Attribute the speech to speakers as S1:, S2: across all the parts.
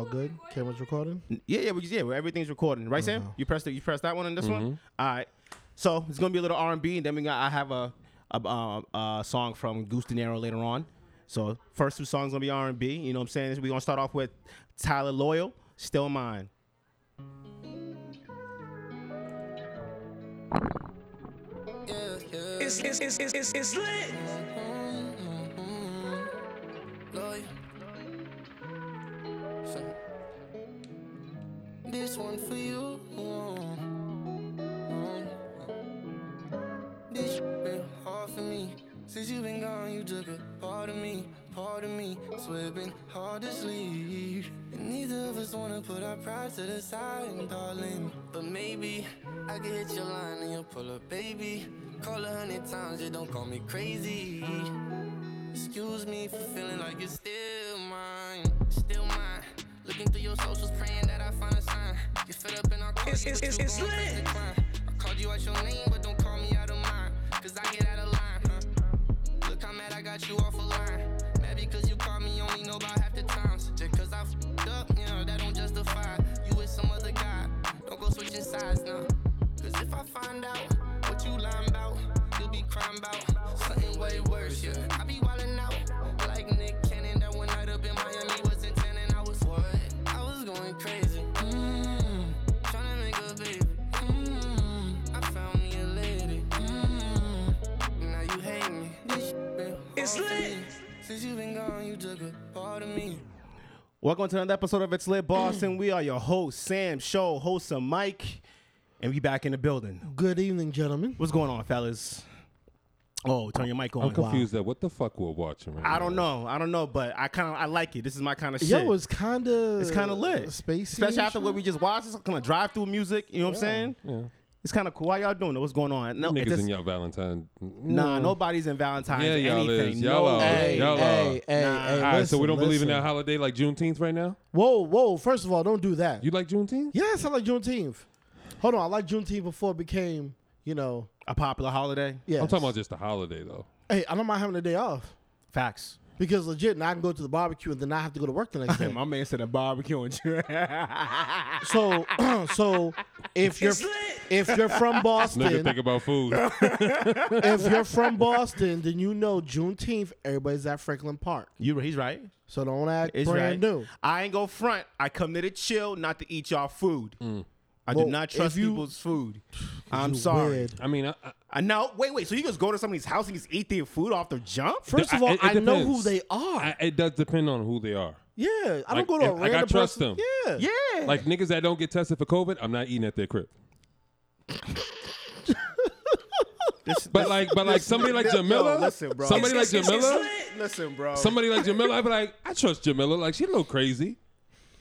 S1: All good. Cameras recording.
S2: Yeah, yeah, we- yeah. well, Everything's recording, right,
S3: Uh-huh.
S2: Sam? You press the, you press that one and this one.
S3: Mm-hmm.
S2: All right. So it's gonna be a little R and B, and then we got I have a a, uh a song from Goose Dinero later on. So first two songs gonna be R and B. You know what I'm saying? We're gonna start off with Tyler Loyal, Still Mine.
S4: It's, it's, it's, it's, it's, it's lit.
S5: mm, Lawyer. So, this one for you. mm, This been hard for me. Since you been gone, you took a part of me, part of me. Swear it been hard to sleep. And neither of us wanna put our pride to the side, darling. But maybe I can hit your line and you'll pull up, baby. Call a hundred times, you don't call me crazy. Excuse me for feeling like you're still mine, still mine. Looking through your socials, praying that I find a sign. You fed up and I'll call
S4: It's-
S5: you,
S4: it's-
S5: but you
S4: it's- it's
S5: gon' press
S4: lit.
S5: decline. I called you out your name, but don't call me out of mine. Cause I get out of line, huh? Look how mad I got you off a line. Mad because you called me, only know about half the times. Just cause I fed up, you know, that don't justify. You with some other guy, don't go switching sides now. Cause if I find out what you lying about, you'll be crying about something way worse, yeah. I be wildin' out like Nick Cannon. That one night up in Miami was in 10 and I was what? I was going crazy. Mmm, tryna make a baby. Mmm, I found me a lady. Mmm, now you hate me. This been
S4: It's
S5: hard for
S4: lit.
S5: me. Since you been gone, you took a part of me.
S2: Welcome to another episode of It's Lit Boston. we are your host Sam Show, host of Mike, and we back in the building.
S1: Good evening, gentlemen.
S2: What's going on, fellas? Oh, turn your mic on.
S3: I'm confused at what the fuck we're watching right now.
S2: I don't know. I don't know, but I kind of I like it. This is my kind of shit.
S1: Yo, it's kind of
S2: It's kind of lit.
S1: spacey,
S2: Especially after what we just watched. It's kind of drive through music. You know what I'm saying?
S3: Yeah.
S2: It's kind of cool. How y'all doing? What's going on? No,
S3: Niggas
S2: it's just-
S3: in y'all Valentine.
S2: nah, nobody's in Valentine's.
S3: Yeah, y'all
S2: anything.
S3: is. Y'all
S2: no,
S3: are.
S1: Hey,
S3: Y'all uh,
S1: hey, hey,
S2: Nah.
S1: hey,
S3: All right, so we
S1: listen,
S3: don't believe
S1: listen.
S3: in that holiday like Juneteenth right now.
S1: Whoa, whoa! First of all, don't do that.
S3: You like Juneteenth?
S1: yes, I like Juneteenth. Hold on, I like Juneteenth before it became, you know,
S2: a popular holiday.
S1: yeah.
S3: I'm talking about just the holiday though.
S1: Hey, I don't mind having a day off
S2: Facts.
S1: because legit, now I can go to the barbecue and then not have to go to work the next day.
S2: My man said a barbecue and chill.
S1: so, so if you're
S4: It's lit.
S1: if you're from
S3: Nigga,
S1: Boston,
S3: think about food.
S1: if you're from Boston, then you know Juneteenth, everybody's at Franklin Park.
S2: you, he's right.
S1: So don't act
S2: It's
S1: brand
S2: right.
S1: new.
S2: I ain't go front. I come there to chill, not to eat y'all food.
S3: Mm.
S2: I
S1: Well,
S2: do not
S1: if
S2: trust
S1: you-
S2: people's food. I'm
S1: You
S2: sorry.
S1: weird.
S3: I mean, I, I,
S2: I know. Wait, wait. So you just go to somebody's house and just eat their food off the jump?
S1: First of all,
S3: it- it
S1: I know who
S3: depends.
S1: they are.
S3: I, it does depend on who they are.
S1: yeah, I
S3: Like,
S1: don't go to a random
S3: if- like, I trust
S1: person.
S3: them.
S1: Yeah,
S2: Yeah.
S3: Like niggas that don't get tested for COVID, I'm not eating at their crib. but like, but like somebody like Jamila,
S2: Yo, listen, bro.
S3: somebody like
S4: It's- it's- it's
S3: Jamila,
S4: lit.
S2: Listen, bro.
S3: somebody like Jamila, I'd be like, I trust Jamila. Like she a little crazy,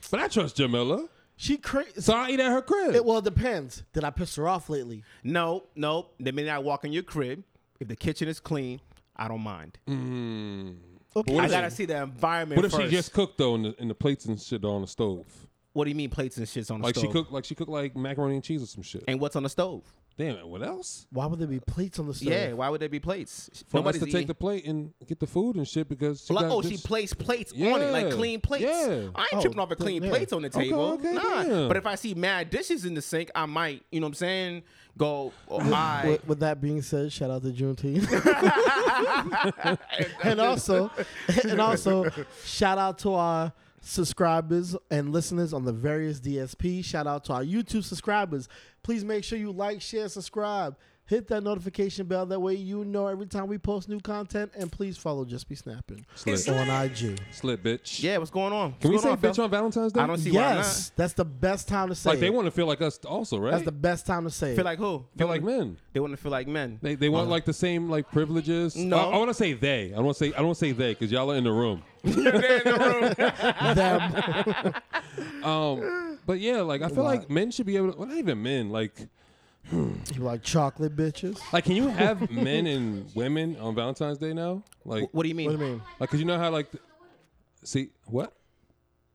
S3: but I trust Jamila,
S1: she crazy.
S3: so I eat at her crib.
S1: It, well, it depends. Did I piss her off lately?
S2: No, no. The minute I walk in your crib, if the kitchen is clean, I don't mind.
S3: Mm-hmm.
S1: Okay.
S2: I gotta see the environment
S3: what if
S2: first.
S3: she just cooked though, and the, and the plates and shit are on the stove?
S2: what do you mean plates and shits on the
S3: Like
S2: stove?
S3: she cooked, like she cooked like macaroni and cheese or some shit.
S2: And what's on the stove?
S3: Damn it, what else?
S1: Why would there be plates on the stove?
S2: Yeah. Why would there be plates?
S3: For
S2: Nobody's
S3: us to take
S2: eating.
S3: the plate and get the food and shit because she
S2: Like,
S3: got
S2: oh,
S3: good
S2: she
S3: sh-
S2: placed plates on it, like
S3: Yeah,
S2: clean plates.
S3: yeah.
S2: I ain't
S1: Oh,
S2: tripping off a clean
S1: yeah.
S2: plates on the
S3: Okay,
S2: table.
S3: okay,
S2: nah.
S3: yeah.
S2: But if I see mad dishes in the sink, I might, you know what I'm saying, go, oh, my.
S1: With, with that being said, shout out to Juneteenth, and also, and also, shout out to our subscribers and listeners on the various DSP. Shout out to our YouTube subscribers. Please make sure you like, share, subscribe, hit that notification bell. That way, you know every time we post new content. And please follow Just Be Snapping
S3: Slit.
S1: on IG.
S3: slit, bitch.
S2: Yeah, what's going on?
S3: Can we
S2: What's
S3: say
S2: going
S3: bitch
S2: fella?
S3: on Valentine's Day?
S2: I don't see why
S1: Yes,
S2: not.
S1: that's the best time to say.
S3: Like they
S1: it.
S3: want to feel like us also, right?
S1: That's the best time to say. it.
S2: Feel like who?
S3: feel like men.
S2: They want to feel like men.
S3: They, they want like the same like privileges.
S2: No.
S3: I, want to say they. I don't want to say I don't want to say they because y'all are in the room.
S1: Them.
S3: Um, but yeah, like I feel like men should be able. to... Well, not even men. Like
S1: You like chocolate bitches?
S3: like can you have men and women on Valentine's Day now? Like
S2: What do you mean?
S1: What do you mean?
S3: Like, cause you know how like, the- see what?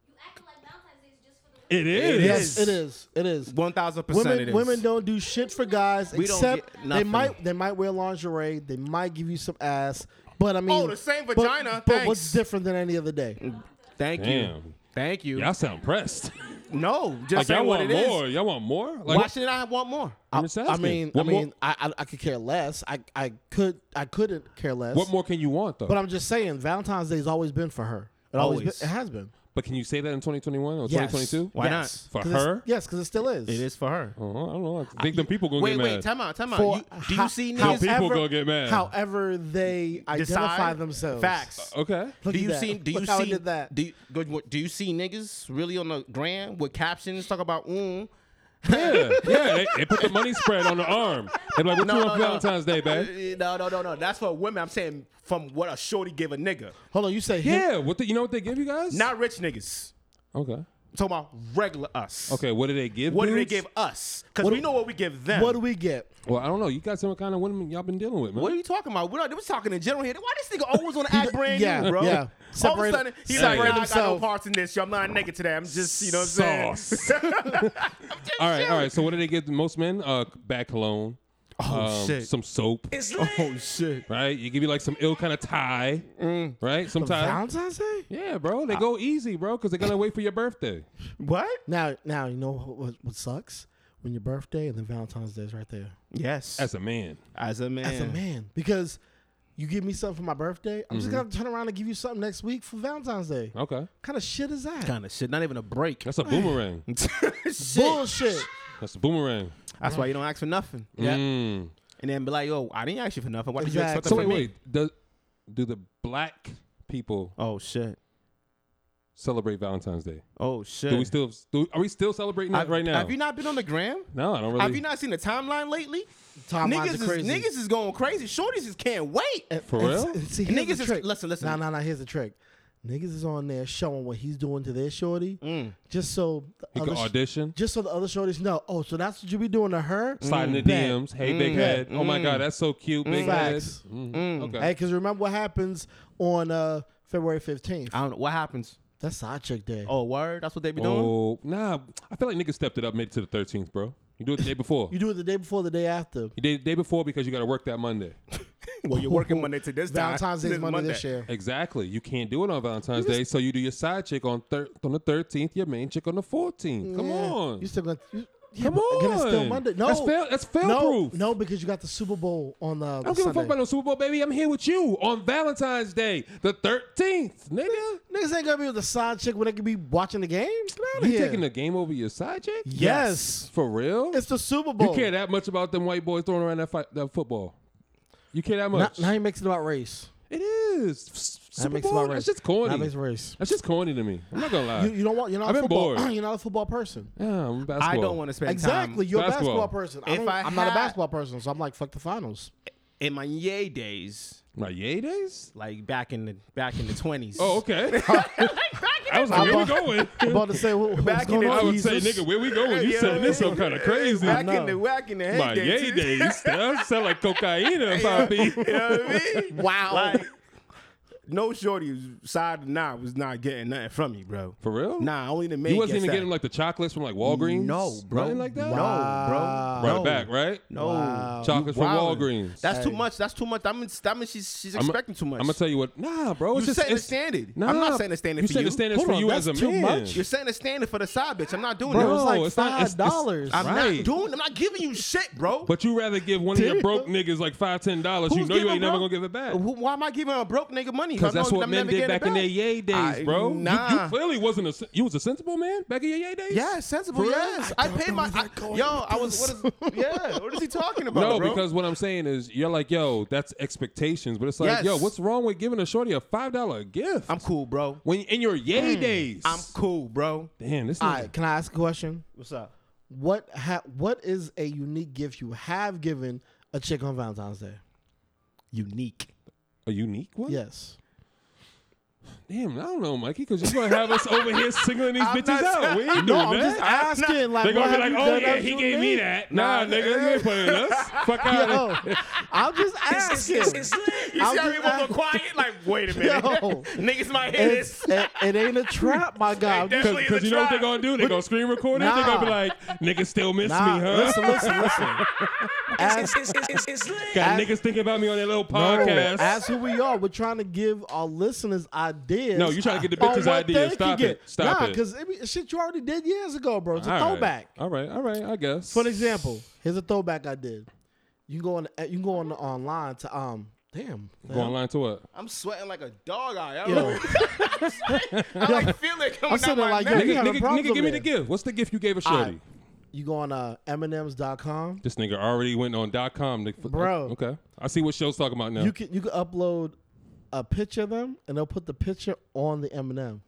S6: You acting like Valentine's Day is just for the women.
S3: It is.
S2: It
S1: Yes,
S2: is.
S1: it is. It is.
S2: One thousand percent.
S1: Women,
S2: it is.
S1: women don't do shit for guys
S2: We don't get
S1: except they
S2: nothing.
S1: might they might wear lingerie, they might give you some ass, but I mean,
S2: Oh, the same
S1: but-
S2: vagina?
S1: But what's
S2: Thanks.
S1: different than any other day?
S2: Thank you.
S3: Damn.
S2: Thank you.
S3: Y'all sound pressed.
S2: No,
S3: like
S2: just
S3: y'all
S2: saying what
S3: want
S2: it is.
S3: more. Y'all want more? Like
S2: Why shouldn't I want more?
S3: I'm just
S1: I
S3: asking.
S1: mean, I
S3: What more-
S1: mean, I, I I could care less. I I could I couldn't care less.
S3: what more can you want though?
S1: But
S3: But,
S1: I'm just saying, Valentine's Day's always been for her. It always,
S2: Always.
S1: been, it has been.
S3: can you say that in 2021 or
S1: Yes.
S3: 2022?
S2: Why not?
S1: Yes.
S3: For
S1: 'Cause it's-
S3: her?
S1: Yes, because it still is.
S2: It is for her.
S3: Uh-huh, I don't know. I think them people gonna
S2: Wait,
S3: get
S2: wait,
S3: mad.
S2: time out, time out.
S1: For
S2: You, do
S1: how-
S2: you see
S3: How
S2: niggas?
S3: people
S1: However-
S3: gonna get mad?
S1: However, they identify
S2: decide?
S1: themselves.
S2: Facts.
S3: okay.
S1: Look
S2: do
S1: at
S2: you
S1: that.
S2: see? Do you
S1: Look
S2: see?
S1: how I did that.
S2: Do you, good, what- do you see niggas really on the gram with captions talk about mm?
S3: Yeah, yeah. They, they put the money spread on the arm. They're like, "What you want for Valentine's Day, babe?"
S2: Uh, No, no, no, no. That's for women. I'm saying from what a shorty give a nigga,
S1: Hold on, you say him.
S3: Yeah. What the, you know what they give you guys?
S2: not rich niggas.
S3: okay.
S2: I'm talking about regular us.
S3: Okay. What do they give?
S2: What do they
S3: dudes?
S2: give us? Because
S1: What
S2: we
S1: do-
S2: know what we give them.
S1: What do we get?
S3: Well, I don't know. You got some kind of women y'all been dealing with, man.
S2: What are you talking about? We're, not, we're talking in general here. Why this nigga always want to act brand
S1: yeah,
S2: new, bro?
S1: yeah.
S2: All of
S1: Separate-
S2: a sudden, he's like,
S3: separate
S2: nah, I got no
S1: himself.
S2: parts in this. Yo, I'm not a nigga today. I'm just, you know what I'm saying?
S3: Sauce. all right, all right. So what do they give most men? Uh, back cologne.
S2: Oh,
S3: um,
S2: shit. Oh,
S3: Some soap.
S4: It's lit.
S2: shit. Mm.
S3: Right. You give you like some ill kind of tie. Right. Some tie.
S1: Valentine's Day?
S3: Yeah, bro. They go easy, bro, because they're gonna wait for your birthday.
S2: What?
S1: Now, now you know what, what sucks when your birthday and then Valentine's Day is right there.
S2: Yes.
S3: As a man.
S2: As a man.
S1: As a man, because you give me something for my birthday, I'm just gonna turn around and give you something next week for Valentine's Day. What
S3: Okay.
S1: kind of shit is that?
S2: Kind of shit. Not even a break.
S3: That's a boomerang.
S1: Bullshit.
S3: That's a boomerang.
S2: That's why you don't ask for nothing. Yeah.
S3: Mm.
S2: And then be like, yo, I didn't ask you for nothing. Why did you expect
S1: Exactly.
S2: so
S3: So wait,
S2: from me?
S3: wait. Does, do the black people
S2: Oh, shit.
S3: celebrate Valentine's Day?
S2: Oh, shit.
S3: Do we still? Do, are we still celebrating that
S2: Have-
S3: right now?
S2: Have you not been on the gram?
S3: no, I don't really.
S2: Have you not seen the timeline lately?
S1: Timelines
S2: niggas,
S1: are crazy. Eh.
S2: Is, niggas is going crazy. Shorties just can't wait.
S3: For
S1: And-
S3: real?
S1: and see, here's
S2: Niggas
S1: the
S2: is-
S1: trick.
S2: listen, listen.
S1: Nah, nah, nah. Here's the trick. Niggas is on there showing what he's doing to their shorty, just so the
S3: He could
S1: sh-
S3: audition.
S1: just so the other shorties know. Oh, so that's what you be doing to her?
S3: Slide in the
S1: Mm. Bet. Mm.
S3: DMs. Hey, big head. Oh my God, that's so cute, big head.
S1: Facts.
S3: Mm, Okay.
S1: Hey, because remember what happens on uh, February fifteenth?
S2: I don't know. What happens?
S1: That's side chick day.
S2: Oh, word? That's what they be doing?
S3: oh nah, I feel like niggas stepped it up, made it to the thirteenth, bro. You do it the day before.
S1: You do it the day before, the day after.
S3: you did it the day before because you got to work that Monday.
S2: Well, you're working Monday to this time.
S1: Valentine's Day is Monday, this year.
S3: exactly. You can't do it on Valentine's Day, so you do your side chick on thir- on the thirteenth, your main chick on the fourteenth. Come
S1: Yeah.
S3: on.
S1: You still gonna? You, yeah,
S3: Come
S1: but again, it's still
S3: on.
S1: Monday. No,
S3: That's fail- that's fail
S1: no,
S3: proof.
S1: No, because you got the Super Bowl on uh,
S3: I don't give a fuck
S1: Sunday.
S3: about no Super Bowl, baby. I'm here with you on Valentine's Day, the thirteenth, nigga.
S1: Niggas ain't gonna be with a side chick when they could be watching the game. Get out of
S3: You
S1: here.
S3: taking the game over your side chick?
S1: yes.
S3: For real?
S1: It's the Super
S3: You
S1: Bowl.
S3: care that much about them white boys throwing around that, fight, that football? You care that
S1: Now,
S3: much?
S1: now he makes it about race.
S3: it is. S-
S1: That
S3: Super
S1: makes
S3: Bowl.
S1: it about race.
S3: That's just
S1: That
S3: corny.
S1: makes it race.
S3: That's just corny to me. I'm not gonna lie.
S1: You, you don't want. You're not.
S3: I've
S1: a
S3: been
S1: football,
S3: bored.
S1: You're not a football person.
S3: yeah, I'm basketball.
S2: I don't want to spend
S1: Exactly.
S2: time
S1: You're
S3: Basketball.
S1: a basketball person. I
S2: If
S1: don't,
S2: I
S1: I'm not a
S2: had-
S1: basketball person, so I'm like, fuck the finals.
S2: in my yay days,
S3: my yay days.
S2: like back in the back in the twenties.
S3: Oh, okay. I was like, where we going?
S1: I'm about to say, what, what's
S2: Back in
S1: going
S2: the-
S1: on?
S3: I would
S1: Jesus?
S3: say, nigga, where we going? You
S2: Yeah,
S3: saying this so kind of crazy.
S2: Back
S1: No.
S2: in the back in the hey
S3: My yay days. That sound like cocaine, and poppy.
S2: you know what I mean? Wow. Like, no shorty was- side or not was not getting nothing from me, bro.
S3: For real?
S2: Nah, only the man.
S3: You wasn't
S2: gets
S3: even
S2: that.
S3: getting like the chocolates from like Walgreens.
S2: No, Oh, bro.
S3: Nothing like that.
S2: No,
S1: Wow.
S2: bro.
S3: Right
S2: no.
S3: back, right?
S2: No.
S3: Chocolates from
S2: Wildin'.
S3: Walgreens.
S2: That's too much. That's too much. I mean, I mean, she's she's expecting too much.
S3: I'm gonna tell you what. Nah, bro. It's
S2: You
S3: just
S2: setting the
S3: it's-
S2: standard.
S3: Nah,
S2: I'm not setting the standard
S3: you
S2: for
S3: setting
S2: you.
S3: the standard
S1: Hold
S3: for
S1: on,
S3: you
S1: that's
S3: as a
S1: too
S3: man.
S1: much.
S2: You're setting a standard for the side bitch. I'm not doing
S1: Bro,
S2: that.
S1: it's like
S3: it's not- it's-
S1: $5.
S3: it's- I'm
S2: I'm
S3: right.
S2: not doing. I'm not giving you shit, bro.
S3: But you rather give one of your broke niggas like five, ten dollars. You
S2: Who's
S3: know you
S2: giving
S3: ain't never
S2: broke-
S3: gonna give it back.
S2: Who- Why am I giving a broke nigga money? if
S3: Because
S2: I
S3: that's
S2: know
S3: what
S2: I'm
S3: men
S2: never
S3: did
S2: getting
S3: back
S2: it
S3: in their yay days,
S2: I-
S3: bro. You- You,
S2: nah.
S3: clearly wasn't a sen- you was a sensible man back in your yay days.
S2: Yeah, sensible.
S3: For real?
S2: Yes, I, paid my. I, yo, I was. What is, yeah, what is he talking about?
S3: No,
S2: bro?
S3: because what I'm saying is you're like, yo, that's expectations, but it's like,
S2: Yes.
S3: yo, what's wrong with giving a shorty a five dollar gift
S2: I'm cool, bro.
S3: when in your yay days?
S2: I'm cool, bro.
S3: damn this.
S1: All
S3: nigga-
S1: right, can I ask a question?
S2: What's up?
S1: What ha- what is a unique gift you have given a chick on Valentine's Day?
S2: Unique.
S3: a unique one.
S1: Yes.
S3: Damn, I don't know, Mikey, because you're gonna have us over here singling these
S2: I'm
S3: bitches
S2: not-
S3: out. We ain't doing
S1: No, I'm
S3: that.
S1: just asking. Like, what
S3: They're gonna be
S1: have
S3: like,
S1: you
S3: oh
S1: done
S3: yeah,
S1: that's
S3: he
S1: unique?
S3: gave me that. Nah, nigga, you ain't playing us. Fuck out of
S1: Yo, I'm just
S4: It's,
S1: asking.
S4: it's, it's lit.
S2: You
S1: I'm
S2: see how
S1: just
S2: people go
S1: asking.
S2: quiet? Like, wait a minute.
S1: Yo.
S2: Niggas might hear
S1: It's-
S2: this.
S1: it, it ain't a trap, my guy. I'm just-
S3: Cause,
S2: Definitely
S3: 'cause
S2: the
S3: you know what they're
S2: tribe.
S3: gonna do? They're gonna screen record it. They're gonna be
S1: Nah.
S3: like, niggas still miss
S1: nah,
S3: me, huh?
S1: listen, listen, listen.
S4: It's,
S1: Ask,
S4: it's, it's, it's, it's lit.
S3: Got
S1: ask-
S3: niggas thinking about me on their little
S1: no,
S3: podcast.
S1: ask who we are. We're trying to give our listeners ideas.
S3: No, you trying to get the
S1: on
S3: bitches'
S1: what
S3: ideas.
S1: they can
S3: Stop
S1: get.
S3: it. Stop
S1: nah,
S3: it.
S1: because it be, shit you already did years ago, bro. It's a
S3: All right.
S1: throwback.
S3: All right, all right, I guess.
S1: For example, here's a throwback I did. You can go on. You can go on online to um. Damn.
S3: Go online to what?
S2: I'm sweating like a dog eye.
S1: Yo,
S2: yo. I like feel it coming
S1: sitting
S2: out
S1: there
S2: my
S1: like,
S2: neck.
S1: yo, you
S3: Nigga,
S1: got a
S3: nigga,
S1: problem
S3: nigga, give me
S1: there.
S3: the gift. What's the gift you gave a
S1: All
S3: shorty?
S1: right. you go on uh, M&M's.com.
S3: This nigga already went on dot com. to-
S1: Bro.
S3: Okay. I see what show's talking about now.
S1: You can you can upload a picture of them, and they'll put the picture on the M&M.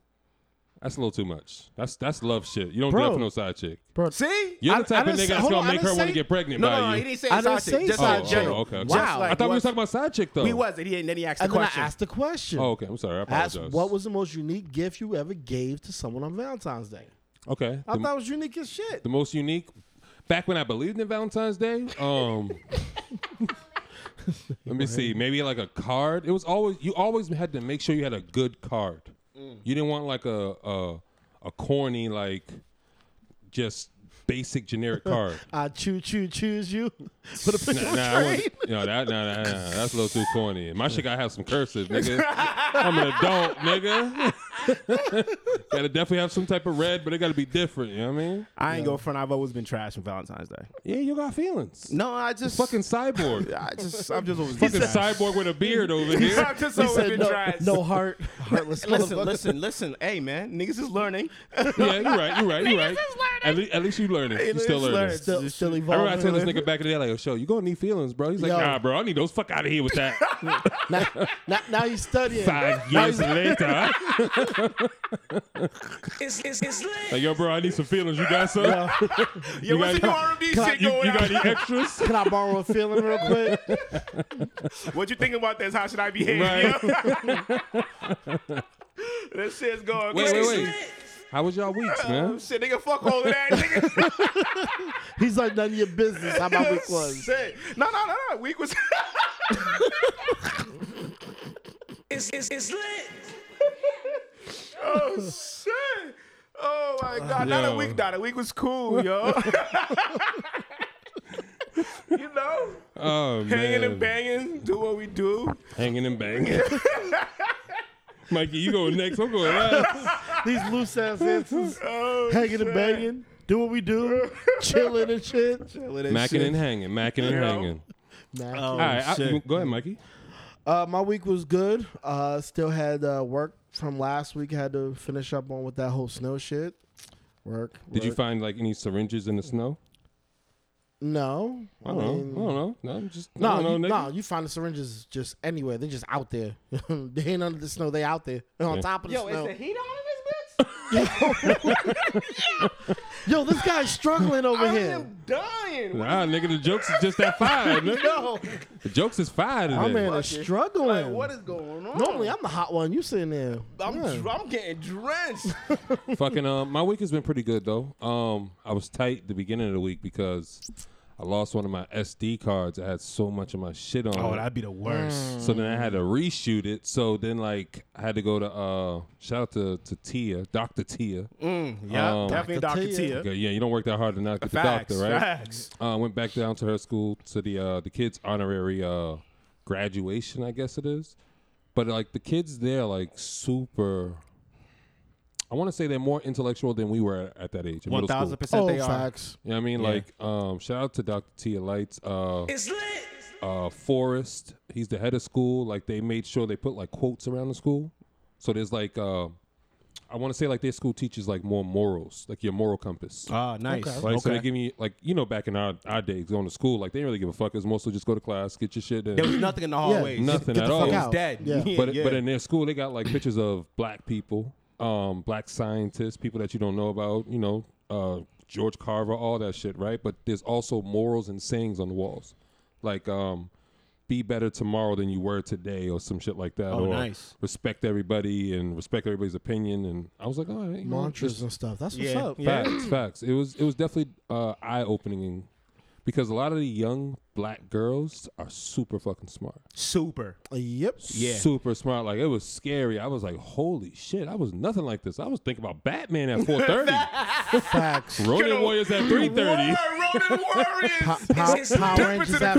S3: that's a little too much. That's that's love shit. You don't do
S1: Bro.
S3: that for no side chick.
S1: Bro,
S2: See?
S3: You're the
S1: I-
S3: type
S1: I
S3: of
S1: didn't
S3: nigga
S1: say-
S3: that's
S1: hold
S3: gonna
S1: on, I
S3: make her
S1: didn't
S3: want
S1: say-
S3: to get pregnant
S2: No,
S3: by
S2: no, no,
S3: you.
S2: he didn't say
S1: I didn't
S2: side
S1: say
S2: chick. Just
S1: side
S2: in
S1: chick.
S2: general.
S3: Oh, okay.
S2: Just
S1: Wow.
S2: like
S3: I thought we were
S2: what-
S3: talking about Oh. side chick though.
S2: We was, and he and then he asked the
S1: and then I
S2: question.
S1: asked the question.
S3: Oh, okay. I'm sorry. I apologize.
S1: Ask what was the most unique gift you ever gave to someone on Valentine's Day.
S3: okay?
S1: I
S3: The,
S1: thought it was unique as shit.
S3: the most unique. Back when I believed in Valentine's Day, um, let me see. Maybe like a card. It was always you always had to make sure you had a good card. You didn't want like a a, a corny like just basic generic card.
S2: uh,
S1: I choo choo choose you. Put a picture
S3: Nah,
S1: of
S3: nah, I
S1: a
S3: wouldn't-
S1: train.
S3: no, that, nah, nah, nah, nah, that's a little too corny. My shit gotta have some cursive, nigga. I'm an adult, nigga. gotta definitely have some type of red, but it gotta be different. You know what I mean?
S2: I ain't go front. I've always been trash on Valentine's Day.
S3: Yeah, you got feelings.
S2: No, I just
S3: Fucking cyborg.
S2: I just I'm just always
S3: fucking cyborg with a beard over here.
S2: I'm just
S1: He
S2: always
S1: said
S2: been
S1: no,
S2: trash.
S1: no heart, heartless.
S2: Listen,
S1: motherfucker.
S2: listen, listen. Hey, man, niggas is learning.
S3: yeah, you're right. You're right. You're right. At, le- at least you learning. You
S2: Niggas
S3: still learning.
S2: learning.
S1: Still, still
S3: I
S1: evolving.
S3: remember I told this nigga back in the day, like, "Yo, show, you gonna need feelings, bro." He's like,
S1: Yo.
S3: "Nah, bro, I need those. Fuck out of here with that."
S1: now, now, now he's studying.
S3: Five years later,
S4: It's it's it's lit.
S3: like, yo, bro, I need some feelings. You got some?
S2: Yeah, what's the new
S3: got-
S2: R&B
S1: I-
S2: shit
S3: You,
S2: going
S3: you got
S2: on?
S3: any extras?
S1: Can I borrow a feeling real quick?
S2: What you think about this? How should I behave?
S3: Right.
S2: You know? this shit's going
S3: Wait,
S2: crazy.
S3: wait, wait. How was y'all weeks,
S2: Oh,
S3: man?
S2: shit, nigga, fuck all of that, nigga.
S1: He's like none of your business. How my week was.
S2: Shit. No, no, no, no. Week was.
S4: It's it's it's lit.
S2: oh shit. Oh my god. Not
S3: Ah, Yo.
S2: a week, not a week was cool, yo. you know,
S3: Oh man,
S2: hanging and banging, do what we do.
S3: hanging and banging. Mikey, you go next. I'm going last.
S1: These loose ass answers,
S2: Oh,
S1: hanging and
S2: shit.
S1: banging, do what we do, chilling and shit. Oh,
S3: Macking and hanging. Macking and
S2: Yeah.
S3: hanging.
S2: Oh,
S1: Nah.
S3: All right, I- you- go ahead, Mikey.
S1: Uh, my week was good. Uh, still had uh, work from last week. Had to finish up on with that whole snow shit. Work.
S3: Did you
S1: work.
S3: find like any syringes in the snow?
S1: no.
S3: I don't know. I don't know. No, I'm just I
S1: No,
S3: don't
S1: you,
S3: know, nigga.
S1: no, you find the syringes just anywhere. They're just out there. they ain't under the snow. They out there. They're on
S3: Yeah.
S1: top of the
S2: Yo, is
S1: snow.
S2: the heat on in this bitch?
S1: Yo, this guy's struggling over
S2: I
S1: here.
S2: am dying. What
S3: Nah, nigga, the jokes is just that fire. nigga.
S2: no.
S3: The jokes is fire today.
S1: My man is
S2: Fuck it.
S1: struggling.
S2: Like, what is going on?
S1: Normally, I'm the hot one. You sitting there.
S2: I'm,
S1: Yeah.
S2: dr- I'm getting drenched.
S3: Fucking um, my week has been pretty good though. Um, I was tight the beginning of the week because I lost one of my SD cards. I had so much of my shit on. it.
S2: Oh, be the worst.
S3: So then I had to reshoot it. So then like I had to go to uh shout out to, to Tia, Doctor Tia.
S2: Yeah,
S3: Um,
S2: definitely
S1: Dr.
S2: Dr. Tia.
S1: Tia.
S3: Okay, yeah, you don't work that hard to not get
S2: Facts,
S3: the doctor, right?
S2: facts.
S3: Uh, went back down to her school to the uh, the kids honorary uh, graduation, I guess it is. But like the kids there, like super. I want to say they're more intellectual than we were at, at that age. In
S2: One
S3: middle school.
S2: thousand percent,
S1: Oh,
S2: they are.
S1: facts.
S3: You know what I mean? Like, um, shout out to Dr. Tia Lights. Uh,
S4: It's lit.
S3: uh, Forrest. He's the head of school. Like they made sure they put like quotes around the school. So there's like uh, I want to say like their school teaches like more morals, like your moral compass.
S2: Ah, nice.
S1: Okay.
S3: Like so they give me like you know back in our, our days going to school like they didn't really give a fuck. It's mostly just go to class, get your shit.
S2: There was
S3: And,
S2: nothing in the hallways.
S3: Nothing
S1: Get
S3: at
S1: the
S3: all.
S1: fuck
S3: He's
S1: out.
S2: Dead.
S1: Yeah.
S3: but
S2: yeah.
S3: but in their school they got like pictures of black people, um, black scientists, people that you don't know about. You know, uh, George Carver, all that shit, right? But there's also morals and sayings on the walls, like um, be better tomorrow than you were today, or some shit like that.
S2: Oh,
S3: or
S2: nice.
S3: Respect everybody and respect everybody's opinion. And I was like, all right, you know,
S1: Mantras and stuff. That's what's
S2: Yeah.
S1: up.
S2: Yeah.
S3: Facts, facts. It was it was definitely uh, eye opening because a lot of the young black girls are super fucking smart.
S2: super.
S1: Yep.
S2: Yeah.
S3: Super smart. Like it was scary. I was like, holy shit, I was nothing like this. I was thinking about Batman at four thirty.
S1: Facts.
S3: Ronin Warriors at three thirty.
S2: Word, Conan
S1: Po-
S2: Warriors.
S1: Pow-
S4: it's
S1: Power
S4: different
S1: Rangers
S2: to the
S1: at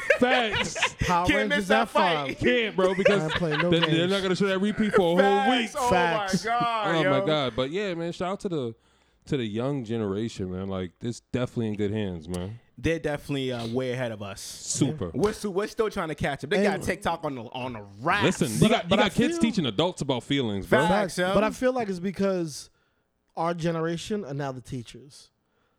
S1: five.
S3: Facts.
S1: Power
S2: Can't miss
S1: Rangers
S2: that
S1: at
S2: fight.
S1: five.
S3: Can't, bro, because
S1: I play no
S3: they, are
S1: games.
S3: not gonna show that repeat for a whole week.
S2: Facts. Oh
S1: Facts.
S2: my god.
S3: Oh
S2: yo.
S3: my god! But yeah, man, shout out to the to the young generation, man. Like this, definitely in good hands, man.
S2: They're definitely uh, way ahead of us.
S3: Super.
S2: We're, su- we're still trying to catch up. They got TikTok on the on the rack.
S3: Listen, you
S1: But I-
S3: got,
S1: but
S3: you
S1: I
S3: got kids
S1: feel-
S3: teaching adults about feelings, bro.
S2: Facts.
S1: Facts.
S2: yo.
S1: But I feel like it's because our generation are now the teachers.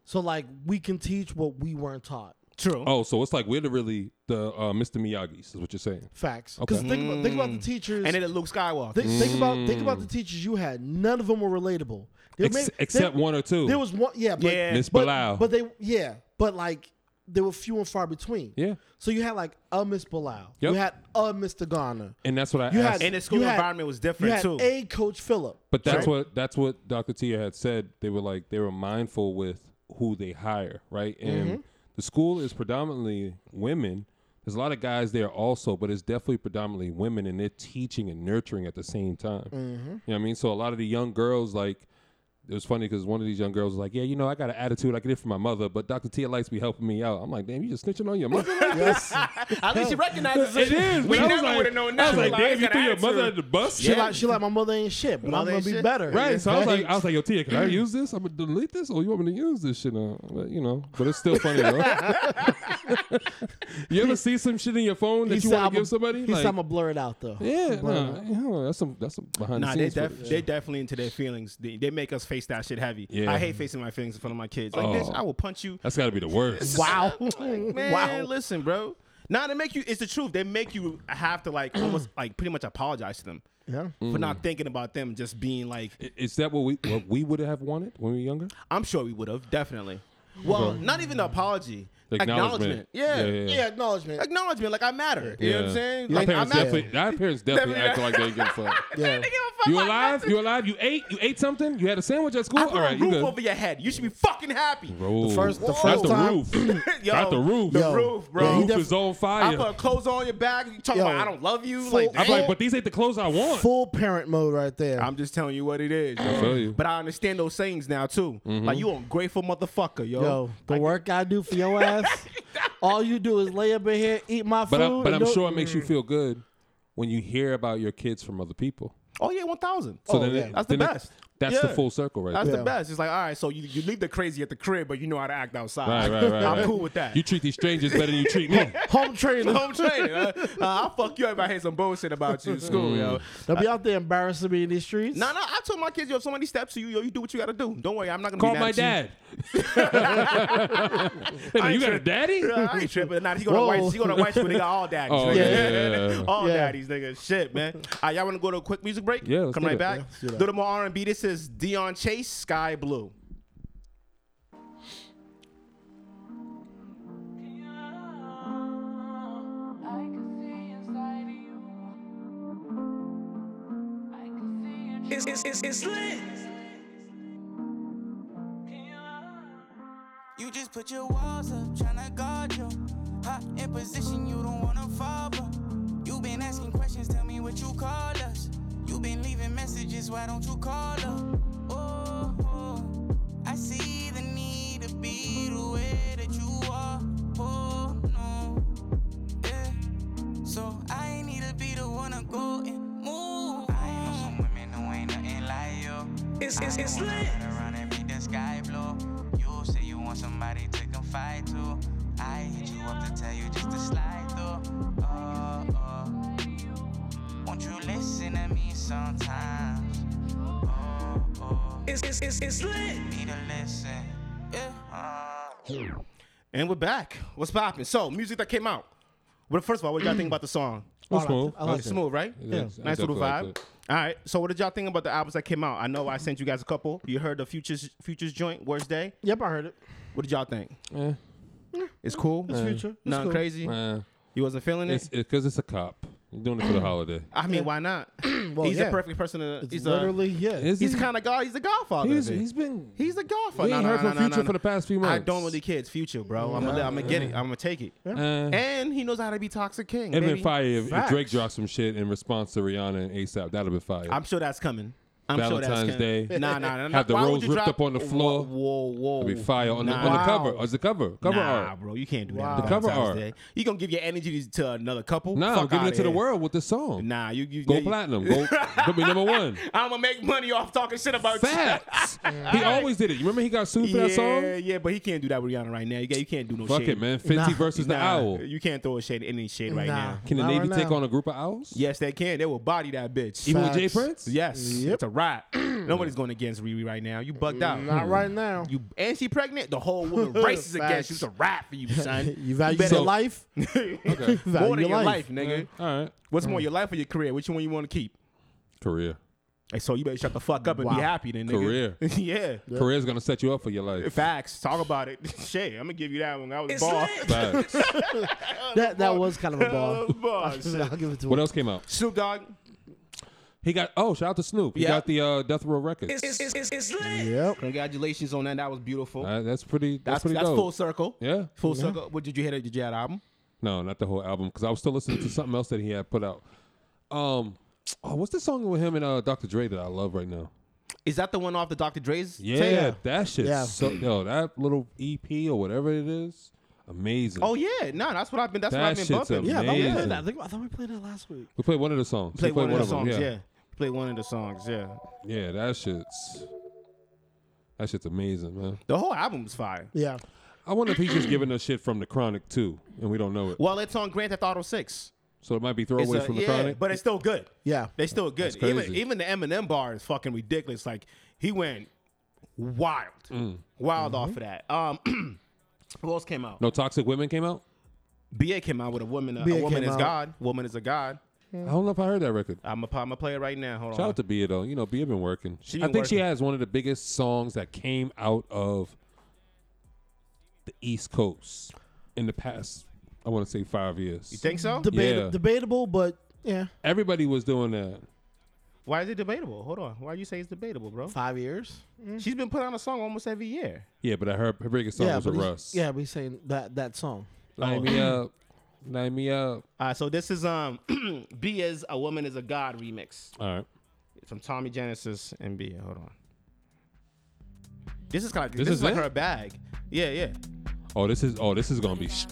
S1: So like we can teach what we weren't taught.
S2: True.
S3: Oh, so it's like we're the really the uh, Mr. Miyagis, is what you're saying?
S1: Facts. Because
S3: Okay.
S1: think about think about the teachers.
S2: Mm. And then Luke Skywalker.
S1: Thi- think, about think about the teachers you had. None of them were relatable. There
S3: Mm. Ex-
S1: may- there-
S3: except one or two.
S1: There was one. Yeah. But,
S2: Yeah.
S3: Miss
S1: but,
S3: Bilal.
S1: But they yeah. But like they were few and far between.
S3: Yeah.
S1: So you had like a Miss Bilal.
S3: Yep.
S1: You had a Mr. Garner.
S3: and that's what I
S1: You
S3: asked.
S1: had
S2: And the school
S1: you had-
S2: environment was
S1: You
S2: different
S1: had
S2: too.
S1: a Coach Phillip.
S3: But that's
S2: Sure.
S3: what that's what Dr. Tia had said. They were like they were mindful with who they hire, right? And
S1: Mm-hmm.
S3: the school is predominantly women. There's a lot of guys there also, but it's definitely predominantly women, and they're teaching and nurturing at the same time.
S1: Mm-hmm.
S3: You know what I mean? So a lot of the young girls, like, it was funny because one of these young girls was like, "Yeah, you know, I got an attitude. I get it from my mother, but Dr. Tia likes to be helping me out." I'm like, "Damn, you just snitching on your mother." like that?"
S2: At least you recognize
S3: it is.
S2: We
S3: but I was
S2: never
S3: like-
S2: would have known that.
S3: I was like,
S2: Like,
S3: "Damn,
S2: I
S3: you
S2: got
S3: threw
S2: an
S3: your mother
S2: attitude."
S3: at the bus."
S1: She like she like my mother ain't shit, but I'm
S2: Mother
S1: gonna
S2: ain't
S1: be
S2: shit.
S1: better.
S3: Right. So I was
S1: Right.
S3: like, I was like, yo, Tia, can I
S2: Mm.
S3: use this? I'm gonna delete this, or you want me to use this shit now? But you know, but it's still funny though. you ever see some shit in your phone that you
S1: said
S3: want
S1: I'ma-
S3: to give somebody?
S1: He
S3: Like,
S1: said I'm gonna blur it out though.
S3: yeah, nah, yeah, that's some that's some behind
S2: Nah,
S3: the
S2: they
S3: scenes.
S2: def-
S3: footage.
S2: they definitely into their feelings. They, they make us face that shit heavy.
S3: Yeah.
S2: I hate facing my feelings in front of my kids. Like,
S3: Oh.
S2: bitch, I will punch you.
S3: that's got to be the worst.
S1: Wow.
S2: Man,
S1: wow.
S2: listen, bro. Nah, they make you. It's the truth. They make you have to like almost like pretty much apologize to them
S1: Yeah.
S2: for
S3: Mm.
S2: not thinking about them. Just being like,
S3: I- Is that what we what we would have wanted when we were younger?
S2: I'm sure we would have definitely. Well, not even the apology.
S3: The
S2: Acknowledgement.
S3: Mm. acknowledgement.
S2: Yeah.
S3: Yeah, yeah.
S1: Yeah, acknowledgement.
S2: Acknowledgement. Like I matter. You know what I'm saying?
S3: Our
S2: Like I
S3: parents
S2: matter.
S3: definitely, our parents definitely
S2: Definitely.
S3: act like they didn't give a fuck.
S2: They didn't give a fuck
S3: You
S2: about
S3: alive?
S2: nothing.
S3: You alive? You ate? You ate something? You had a sandwich at school?
S2: I put
S3: All right,
S2: a
S3: you
S2: roof
S3: good.
S2: over your head. You should be fucking happy.
S3: Bro,
S1: first- the
S3: that's
S1: first
S3: the
S1: time-
S3: roof.
S2: Yo,
S3: Not the roof.
S2: The
S1: Yo.
S2: roof,
S1: Yeah,
S3: The
S2: bro.
S1: he
S3: roof
S1: def-
S3: is on
S2: I
S3: fire.
S2: put clothes on your back. You talking
S1: Yo.
S2: about I don't love you?
S1: Full-
S2: like,
S1: I'm
S3: I'm
S2: damn.
S3: like, but these ain't the clothes I want.
S1: Full parent mode right there.
S2: I'm just telling you what it is. yo.
S3: feel you. Mm-hmm.
S2: But I understand those sayings now too. Like you ungrateful motherfucker, yo.
S1: Yo, the work I do for your ass, all you do is lay up in here, eat my food.
S3: But I'm, but
S1: and
S3: I'm
S1: don't-
S3: sure it
S2: Mm.
S3: makes you feel good when you hear about your kids from other people.
S2: Oh yeah, one thousand.
S1: Oh, yeah.
S3: it-
S2: That's the
S3: it-
S2: best.
S3: that's the
S2: Yeah.
S3: full circle right
S2: That's
S3: there.
S2: the best. It's like, all right, so you, you leave the crazy at the crib, but you know how to act outside.
S3: Right, right, right.
S2: I'm
S3: right.
S2: cool with that.
S3: You treat these strangers better than you treat me.
S1: home trainer.
S2: Home training. Uh, uh, I'll fuck you up if I hear some bullshit about you in school, yo.
S3: Mm-hmm.
S1: They'll be out there embarrassing me in these streets.
S2: No, no, I told my kids, yo, if somebody steps to you, yo, you do what you gotta do. Don't worry, I'm not gonna
S3: Call
S2: be
S3: my
S2: mad at
S3: dad. Hey, man, you got a daddy?
S2: You. I ain't tripping. Nah, he go to
S1: Whoa.
S2: white. He go to white school. They got all daddies.
S3: Oh,
S2: nigga.
S3: yeah, yeah, yeah.
S2: all
S1: Yeah.
S2: daddies, nigga. Shit, man. All right, y'all want to go to a quick music break?
S3: Yeah, let's
S2: come
S3: do
S2: right
S3: that.
S2: back.
S3: Yeah,
S1: let's do that.
S2: little more R and B. This is Dion Chase, Sky Blue.
S7: I could see inside of you. I could see your
S4: It's, it's, it's, it's lit.
S5: You just put your walls up, tryna guard you. Hot in position, you don't wanna fall, but you been asking questions, tell me what you call us. You been leaving messages, why don't you call her? Oh, oh, I see the need to be the way that you are. Oh, no, yeah. So I need to be the one to go and move. I know some women who ain't nothing like you.
S4: It's, it's, it's lit.
S5: Around and make the sky blue. You say you want somebody to confide to. I hit you up to tell you just to slide through. Uh, uh. Won't you listen to me sometimes? Oh, oh.
S4: It's, it's, it's, it's lit.
S5: Need to listen. Yeah. Uh.
S2: And we're back. What's poppin'? So, music that came out. Well, first of all, what did y'all think about the song?
S3: What's
S1: I like
S3: smooth?
S1: it. I like
S3: It's
S1: it.
S2: Smooth, right?
S3: Yeah. I
S2: Nice little
S3: definitely like
S2: vibe.
S3: that.
S2: All right. So, what did y'all think about the albums that came out? I know I sent you guys a couple. You heard the Futures Futures joint, Worst Day.
S1: Yep, I heard it.
S2: What did y'all think?
S3: Eh,
S2: It's cool.
S1: It's future. It's
S2: Nothing
S1: cool.
S2: crazy.
S3: eh.
S2: You wasn't feeling
S3: It's
S2: it.
S3: because it's a cop. You're doing it for the holiday.
S2: I mean, why not?
S1: Well,
S2: he's
S1: Oh, yeah.
S2: a perfect person. To,
S1: It's
S2: he's a,
S1: literally yeah.
S3: Is
S2: he's
S3: he?
S2: kind of God. He's the Godfather.
S3: He's,
S2: of it.
S3: he's been.
S2: He's the golfer.
S3: We
S2: No,
S3: ain't
S2: no,
S3: heard
S2: no,
S3: from
S2: no,
S3: Future
S2: no, no.
S3: for the past few
S2: I
S3: months.
S2: don't really care. It's future, bro. I'm gonna, I'm gonna get it. I'm gonna take it.
S3: Eh.
S2: And he knows how to be toxic king.
S3: It'd
S2: baby.
S3: been fire if, if
S2: Facts.
S3: Drake dropped some shit in response to Rihanna and ASAP. That'd have been fire.
S2: I'm sure that's coming. I'm sure
S3: Valentine's
S2: that's Kim.
S3: Day.
S2: Nah, nah, nah. nah.
S3: Have the
S2: Why would
S3: rose
S2: you
S3: ripped
S2: drop-
S3: up on the
S2: Whoa,
S3: floor.
S2: Whoa, whoa.
S3: It'd be fire on the,
S2: Oh, Nah.
S3: on the cover.
S1: Wow.
S3: As the cover. Cover
S2: nah,
S3: art.
S2: bro, you can't do that.
S1: Wow.
S2: on
S1: The
S3: cover
S2: Valentine's
S3: art.
S2: Day. You gonna give your energy to another couple?
S3: Nah,
S2: Fuck
S3: give it
S2: outta
S3: to the
S2: here.
S3: world with the song.
S2: Nah, you, you
S3: Go
S2: yeah, you-
S3: platinum. Go, go be number one.
S2: I'ma make money off talking shit about you.
S3: Facts. he always did it. You remember he got sued for
S2: yeah,
S3: that song?
S2: Yeah, but he can't do that with Rihanna right now. You, got- you can't do no
S3: Fuck
S2: shade.
S3: it, man. 50
S1: Nah.
S3: versus the
S2: Nah,
S3: owl.
S2: You can't throw a shade any shade right
S1: Nah.
S2: now.
S3: Can the
S1: Not
S3: Navy
S1: right
S3: take
S1: now.
S3: on a group of owls?
S2: Yes, they can. They will body that bitch.
S3: Even with Jay
S1: Facts.
S3: Prince?
S2: yes,
S1: Yep.
S2: it's a ride. Nobody's going against Riri right now. You bugged out.
S1: Not right now.
S2: You and she pregnant. The whole woman races against
S1: Facts.
S2: you. It's a rap for you, son.
S1: You value
S2: better-
S1: your life.
S3: Okay.
S1: Value
S2: more than your life,
S3: All
S2: nigga.
S3: right.
S2: What's
S1: Mm.
S2: more, your life or your career? Which one you want to keep?
S3: Career.
S2: Hey, so you better shut the fuck up and
S1: Wow.
S2: be happy, then, nigga.
S3: Career.
S2: yeah.
S3: Career's going to set you up for your life.
S2: Facts. Talk about it. Shit, I'm gonna give you that one. I was
S4: It's
S2: bald.
S4: lit.
S3: Facts.
S1: That that was kind of a ball.
S2: Ball,
S1: I'll give it to
S3: what
S1: him.
S3: else came out?
S2: Snoop Dogg.
S3: He got, oh, shout out to Snoop. He
S2: Yeah.
S3: got the uh, Death Row record.
S4: It's, it's, it's, it's lit.
S1: Yep.
S2: Congratulations on that. That was beautiful.
S3: Uh, that's pretty, that's,
S2: that's
S3: pretty
S2: that's
S3: dope.
S2: full circle.
S3: yeah.
S2: Full circle. What did you hear? that- Did you hear that album?
S3: No, not the whole album because I was still listening to something else that he had put out. Um, oh, what's the song with him and uh, Dr. Dre that I love right now?
S2: Is that the one off the Dr. Dre's?
S3: Yeah,
S1: yeah.
S3: that shit.
S1: Yeah.
S3: So, yo, that little EP or whatever it is, amazing.
S2: Oh yeah, no, that's what I've been. That's
S3: That
S2: what I've
S3: shit's
S2: been bumping.
S1: Yeah, I thought, we
S3: Amazing.
S1: played that. I, think, I thought we played that last week.
S3: we played one of the songs. We
S2: play
S3: played
S2: one of the
S3: them,
S2: songs. Yeah. play one of the songs. Yeah,
S3: yeah, yeah, that shit's that shit's amazing, man.
S2: the whole album's fire.
S1: Yeah.
S3: I wonder if he's just giving us shit from the Chronic too, and we don't know it.
S2: Well, it's on Grand Theft Auto Six.
S3: So it might be
S2: It's
S3: throwaways
S2: a-
S3: from the
S2: yeah,
S3: Chronic.
S2: but it's still good.
S1: Yeah.
S2: They still good.
S3: That's crazy.
S2: Even even the Eminem bar is fucking ridiculous. Like he went wild,
S3: Mm.
S2: wild off
S1: Mm-hmm.
S2: of that. Um, who else came out?
S3: no toxic women came out.
S2: Ba came out with a woman. uh, A,
S1: B.A.
S2: woman
S1: came
S2: is
S1: out.
S2: God. Woman is a God.
S3: I don't know if I heard that record.
S2: I'm a I'm a player right now. Hold
S3: Shout
S2: on.
S3: out to Bia though. You know, Bia been working.
S2: Uh-huh. She
S3: I
S2: been
S3: think she
S2: working.
S3: has one of the biggest songs that came out of the East Coast in the past. I want to say five years.
S2: you think so?
S1: Debata-
S3: Yeah.
S1: Debatable, but yeah.
S3: Everybody was doing that.
S2: Why is it debatable? Hold on. Why you say it's debatable, bro?
S1: Five years.
S2: She's been putting on a song almost every year.
S3: Yeah, but I heard her biggest song was a
S1: but he's-
S3: Russ.
S1: Yeah, but he's saying that that song.
S3: Light me
S2: Oh.
S3: up. Light me up.
S2: Uh, so this is um B is a woman is a god remix
S3: All right.
S2: from Tommy Genesis and B. Hold on. This is kind of
S3: This
S2: this,
S3: is
S2: is like
S3: it?
S2: her bag. Yeah, yeah.
S3: Oh, this is oh, this is gonna be sh-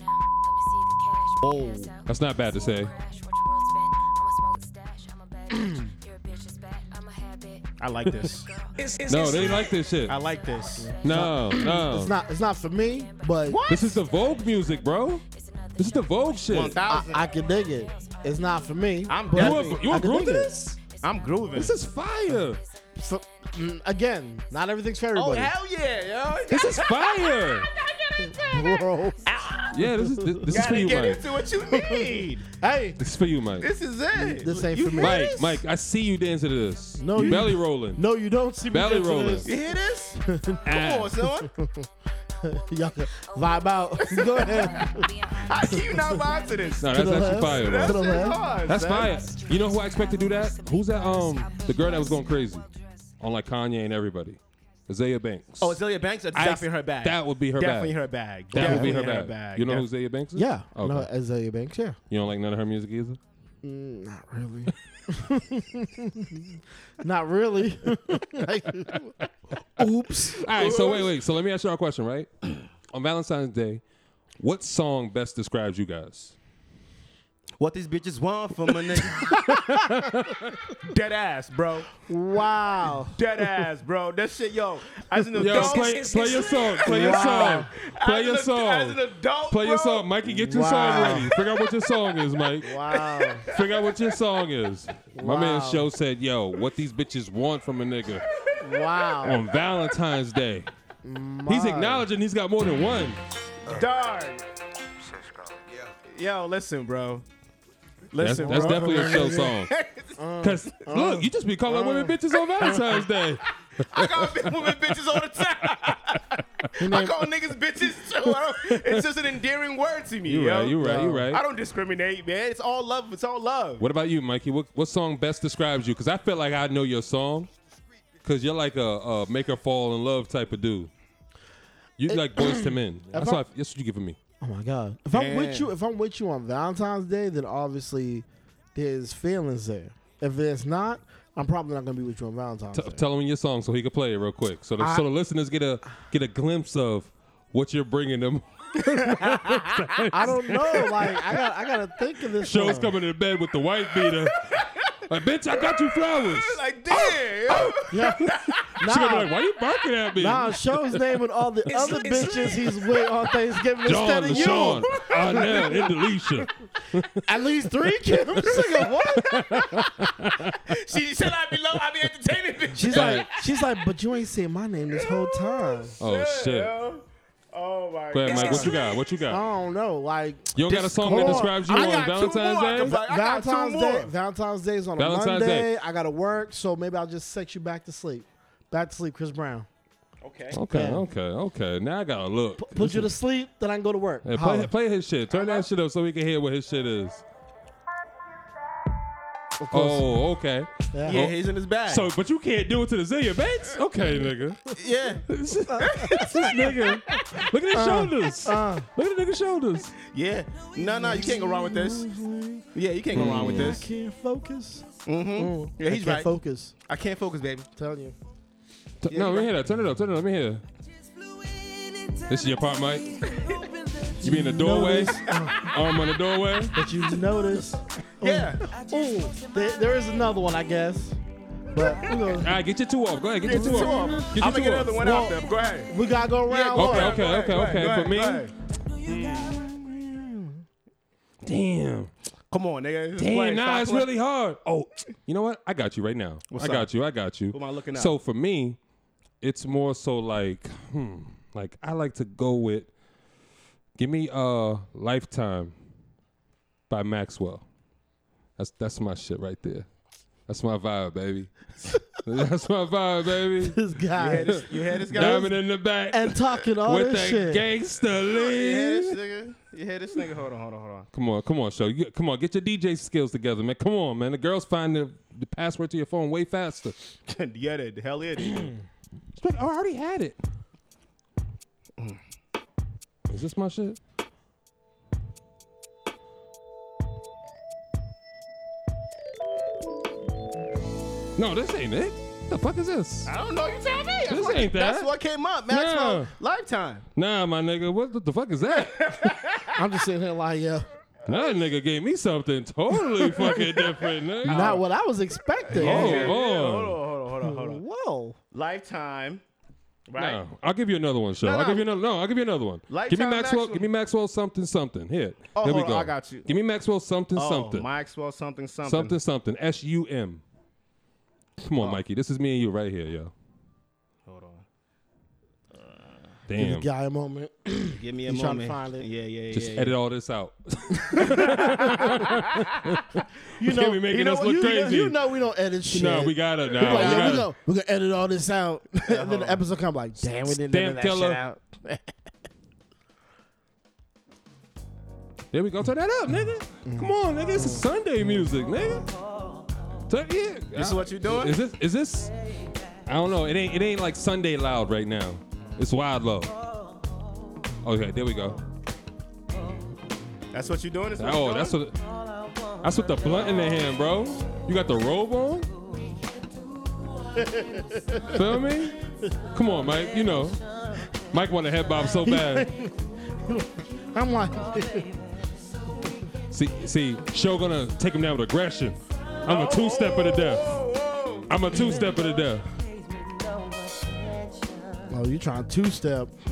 S2: Oh.
S3: That's not bad to say.
S2: I like this.
S4: It's, it's,
S3: No,
S4: it's
S3: they
S4: lit.
S3: like this shit.
S2: I like this.
S3: No, no.
S1: It's not it's not for me, but
S3: This is the Vogue music, bro. This is the Vogue shit.
S2: One
S3: You
S2: thousand.
S1: I can dig it. It's not for me.
S2: I'm
S1: but
S2: down.
S3: a, you a
S1: I can
S3: groove to
S1: dig it.
S3: this?
S2: I'm grooving.
S3: This is fire.
S1: So, mm, again, not everything's for
S2: oh
S1: everybody.
S2: hell yeah, yo!
S3: This is fire.
S1: Bro.
S3: Yeah, this is this, this is for
S2: Gotta
S3: you,
S2: get
S3: Mike.
S2: into what you need. hey,
S3: This is for you, Mike.
S2: this is it.
S1: This ain't
S2: you
S1: for me.
S2: hear
S3: Mike,
S2: this?
S3: Mike, I see you dancing to this.
S1: No, you-
S3: belly rolling.
S1: No, you don't see me
S3: Belly
S1: dancing to
S3: rolling.
S1: this.
S2: You hear this? Come on,
S3: Ass.
S2: son.
S1: Y'all can vibe out. Go ahead.
S2: How can you not vibe to this?
S3: No, that's
S1: the
S3: actually
S1: left.
S3: fire,
S1: To
S3: bro.
S2: That's
S1: the left.
S2: hard.
S3: That's
S2: son.
S3: fire. You know who I expect to do that? Who's that? Um, the girl that was going crazy on like Kanye and everybody, Azalea Banks.
S2: Oh, Azalea Banks is
S3: I-
S2: definitely her bag.
S3: That would be her
S2: definitely
S3: bag.
S2: her bag.
S3: That would be
S2: definitely
S3: her bag. You know who Azalea Banks is?
S1: Yeah.
S3: Okay.
S1: No, Azalea Banks, yeah.
S3: You don't like none of her music either.
S1: Not really. Not really. Like, oops.
S3: All right. So wait, wait. So let me ask y'all a question, right? on Valentine's Day, what song best describes you guys?
S2: What these bitches want from a nigga? Dead ass, bro.
S1: Wow.
S2: Dead ass, bro. That shit, yo. As an adult,
S3: Yo, play,
S4: it's-
S3: play
S4: it's-
S3: your song. Play your
S1: Wow.
S3: song. Play
S2: as
S3: your
S2: an- As
S3: song.
S2: an adult,
S3: Play your
S2: bro.
S3: song, Mikey. Get your song
S1: Wow.
S3: ready. Figure out what your song is, Mike.
S1: Wow.
S3: Figure out what your song is. My man
S1: Wow.
S3: Show said, "Yo, what these bitches want from a nigga
S1: Wow.
S3: on Valentine's Day." He's acknowledging he's got more than one.
S2: Darn. Yo, listen, bro.
S3: That's,
S2: Listen, Uh,
S3: that's
S2: bro.
S3: definitely a show song. Cause look, you just be calling women bitches on Valentine's Day.
S2: I call women bitches all the time. I call niggas bitches too. I don't- It's just an endearing word to me.
S3: You
S2: yo.
S3: right, you right, you right.
S2: I don't discriminate, man. It's all love. It's all love.
S3: What about you, Mikey? What what song best describes you? Because I feel like I know your song. Because you're like a, a make her fall in love type of dude. You like boys to men. That's, what I, that's what you giving me.
S1: Oh my god. If I'm
S2: Damn.
S1: with you, if I'm with you on Valentine's Day, then obviously there's feelings there. If there's not, I'm probably not gonna be with you on Valentine's.
S3: T-
S1: Day.
S3: tell him your song so he can play it real quick. So the, so the listeners get a get a glimpse of what you're bringing them.
S1: I don't know. Like I got I gotta think of this.
S3: Show's
S1: one.
S3: coming to bed with the white beater. like, bitch, I got you flowers.
S2: Like,
S3: Oh.
S2: damn.
S1: Yeah.
S3: She gonna be
S1: Nah,
S3: like, why you barking at me?
S1: nah. Show's naming all the other
S4: it's
S1: bitches he's with on Thanksgiving instead
S3: John,
S1: of
S3: LaShawn,
S1: you.
S3: Arnell, and Delisha.
S1: At least three kids. Nigga, what?
S2: she said I be low, I be entertaining bitch.
S1: She's
S3: Right.
S1: like, she's like, but you ain't saying my name this whole time.
S3: Oh shit.
S2: Oh my
S3: Go ahead,
S2: god.
S3: Mike. What you got? What you
S1: I
S3: got?
S1: don't know. Like,
S3: You don't got a song that
S1: Discord.
S3: describes you
S2: I
S3: on
S2: got two more I
S3: Valentine's
S2: can
S3: Day?
S2: buy. I got two
S1: Valentine's Day.
S2: more.
S1: Valentine's Day is on a
S3: Valentine's
S1: Monday.
S3: Day.
S1: I gotta work, so maybe I'll just sex you back to sleep. Back to sleep, Chris Brown.
S2: Okay.
S3: Okay,
S1: Yeah.
S3: okay, okay. Now I gotta look.
S1: Put you to sleep, then I can go to work.
S3: Hey, play,
S1: Holla.
S3: play his shit. Turn that shit up so we can hear what his shit is.
S1: Of course.
S3: Oh, okay.
S1: Yeah.
S2: Yeah, he's in his bag.
S3: So, but you can't do it to the Zillion Banks? Okay, nigga.
S2: yeah,
S3: This is- this is nigga. Look at his
S2: Uh,
S3: shoulders. Look at the nigga's shoulders.
S2: yeah. No, no, you can't go wrong with this. Yeah, you can't go wrong
S3: Mm.
S2: with this.
S1: can't focus.
S2: Mm-hmm. Yeah,
S1: I
S2: he's
S1: can't
S2: right.
S1: focus.
S2: I can't focus, baby.
S1: telling you.
S3: T-
S2: Yeah, you
S3: no, let me
S2: right.
S3: hear that. Turn it up. Turn it up. Let me hear that. This is your part, Mike. You be in the doorway,
S1: Notice, uh,
S3: arm on the doorway.
S1: but you notice.
S3: Oh.
S2: Yeah.
S1: Ooh, there, there is another one, I guess. But you know,
S3: All right, get your two off. Go ahead, get your two off.
S2: I'm
S3: Get your
S2: gonna
S3: two
S2: get
S3: off.
S2: another one out there. Go ahead.
S1: we gotta go
S2: Yeah,
S1: around
S2: go
S3: Okay,
S1: one.
S2: ahead,
S3: okay,
S2: go ahead,
S3: okay,
S2: go ahead,
S3: okay.
S2: go
S3: For
S2: ahead,
S3: me-
S2: go ahead.
S3: Damn.
S2: come on, nigga. Just play,
S3: Damn, nah,
S2: stop
S3: it's
S2: playing.
S3: really hard. Oh, you know what? I got you right now.
S2: What's
S3: I
S2: up?
S3: got you. I got you.
S2: Who am I looking at?
S3: So for me, it's more so like, hmm, like I like to go with, give me uh, Lifetime by Maxwell. That's that's my shit right there. That's my vibe, baby. that's my vibe, baby.
S1: This guy
S2: You hear this guy?
S3: Diamond in the back
S1: and talking all
S3: with
S1: this
S3: that
S1: shit.
S3: gangster
S2: You hear this
S3: lean.
S2: nigga? You hear this nigga? Hold on, hold on, hold on.
S3: Come on, come on, show. You, come on, get your DJ skills together, man. Come on, man. The girls find the, the password to your phone way faster.
S2: yeah, the hell yeah. dude.
S3: It's like, oh, I already had it. Is this my shit? No, this ain't it. The fuck is this?
S2: I don't know. You tell me. That's,
S3: This
S2: what,
S3: ain't that.
S2: that's what came up. Maxwell
S3: Nah.
S2: Lifetime.
S3: Nah, my nigga, what the- the fuck is that?
S1: I'm just sitting here like, yeah,
S3: that nigga gave me something totally fucking different, nigga.
S1: not what I was expecting.
S3: Oh,
S2: Oh. Yeah, yeah, Hold
S3: Lord.
S2: on, hold on, hold on, hold on.
S1: Whoa.
S2: Lifetime, right?
S3: Nah, I'll give you another one, show.
S2: No,
S3: I'll
S2: no.
S3: give you another. No, I'll give you another one. give me
S2: Lifetime
S3: Maxwell,
S2: Maxwell.
S3: Give me Maxwell something something. Here.
S2: Oh,
S3: Here we
S2: hold
S3: go.
S2: on, I got you.
S3: Give me Maxwell something
S2: Oh,
S3: something.
S2: Maxwell something something. Oh.
S3: Something, something. S U M. Come on, Mikey. This is me and you right here, yo.
S2: Hold on.
S1: Give
S3: Damn.
S1: the guy a moment.
S2: Give me a
S1: You trying to find
S2: moment.
S1: it.
S2: Yeah, yeah, yeah.
S3: Just
S2: yeah.
S3: edit all this out.
S1: You
S3: Can't
S1: know,
S3: be making
S1: you know,
S3: us
S1: what?
S3: look
S1: you,
S3: crazy.
S1: you know we don't edit shit.
S3: no, we got it. Nah,
S1: We're like,
S3: we
S1: yeah,
S3: got
S1: Uh, we gonna,
S3: it.
S1: Uh-huh. we're gonna edit all this out. and then the episode come like, damn, we didn't edit
S3: Stamp
S1: that
S3: killer.
S1: shit out.
S3: There we go. Turn that up, nigga. Come on, nigga. This is Sunday music, nigga. Turn, yeah.
S2: Mm. This is what you doing?
S3: Is this? Is this? I don't know. It ain't. It ain't like Sunday loud right now. It's wild low. Okay, there we go.
S2: That's what you doing. That's what you
S3: Oh,
S2: doing?
S3: that's what. That's what the blunt in the hand, bro. You got the robe on. Feel me? Come on, Mike. You know, Mike want a head bob so bad.
S1: I'm like,
S3: See, see, show gonna take him down with aggression. I'm a two step of the death.
S2: Whoa, whoa.
S3: I'm a two step of the death.
S1: oh, you trying two step? I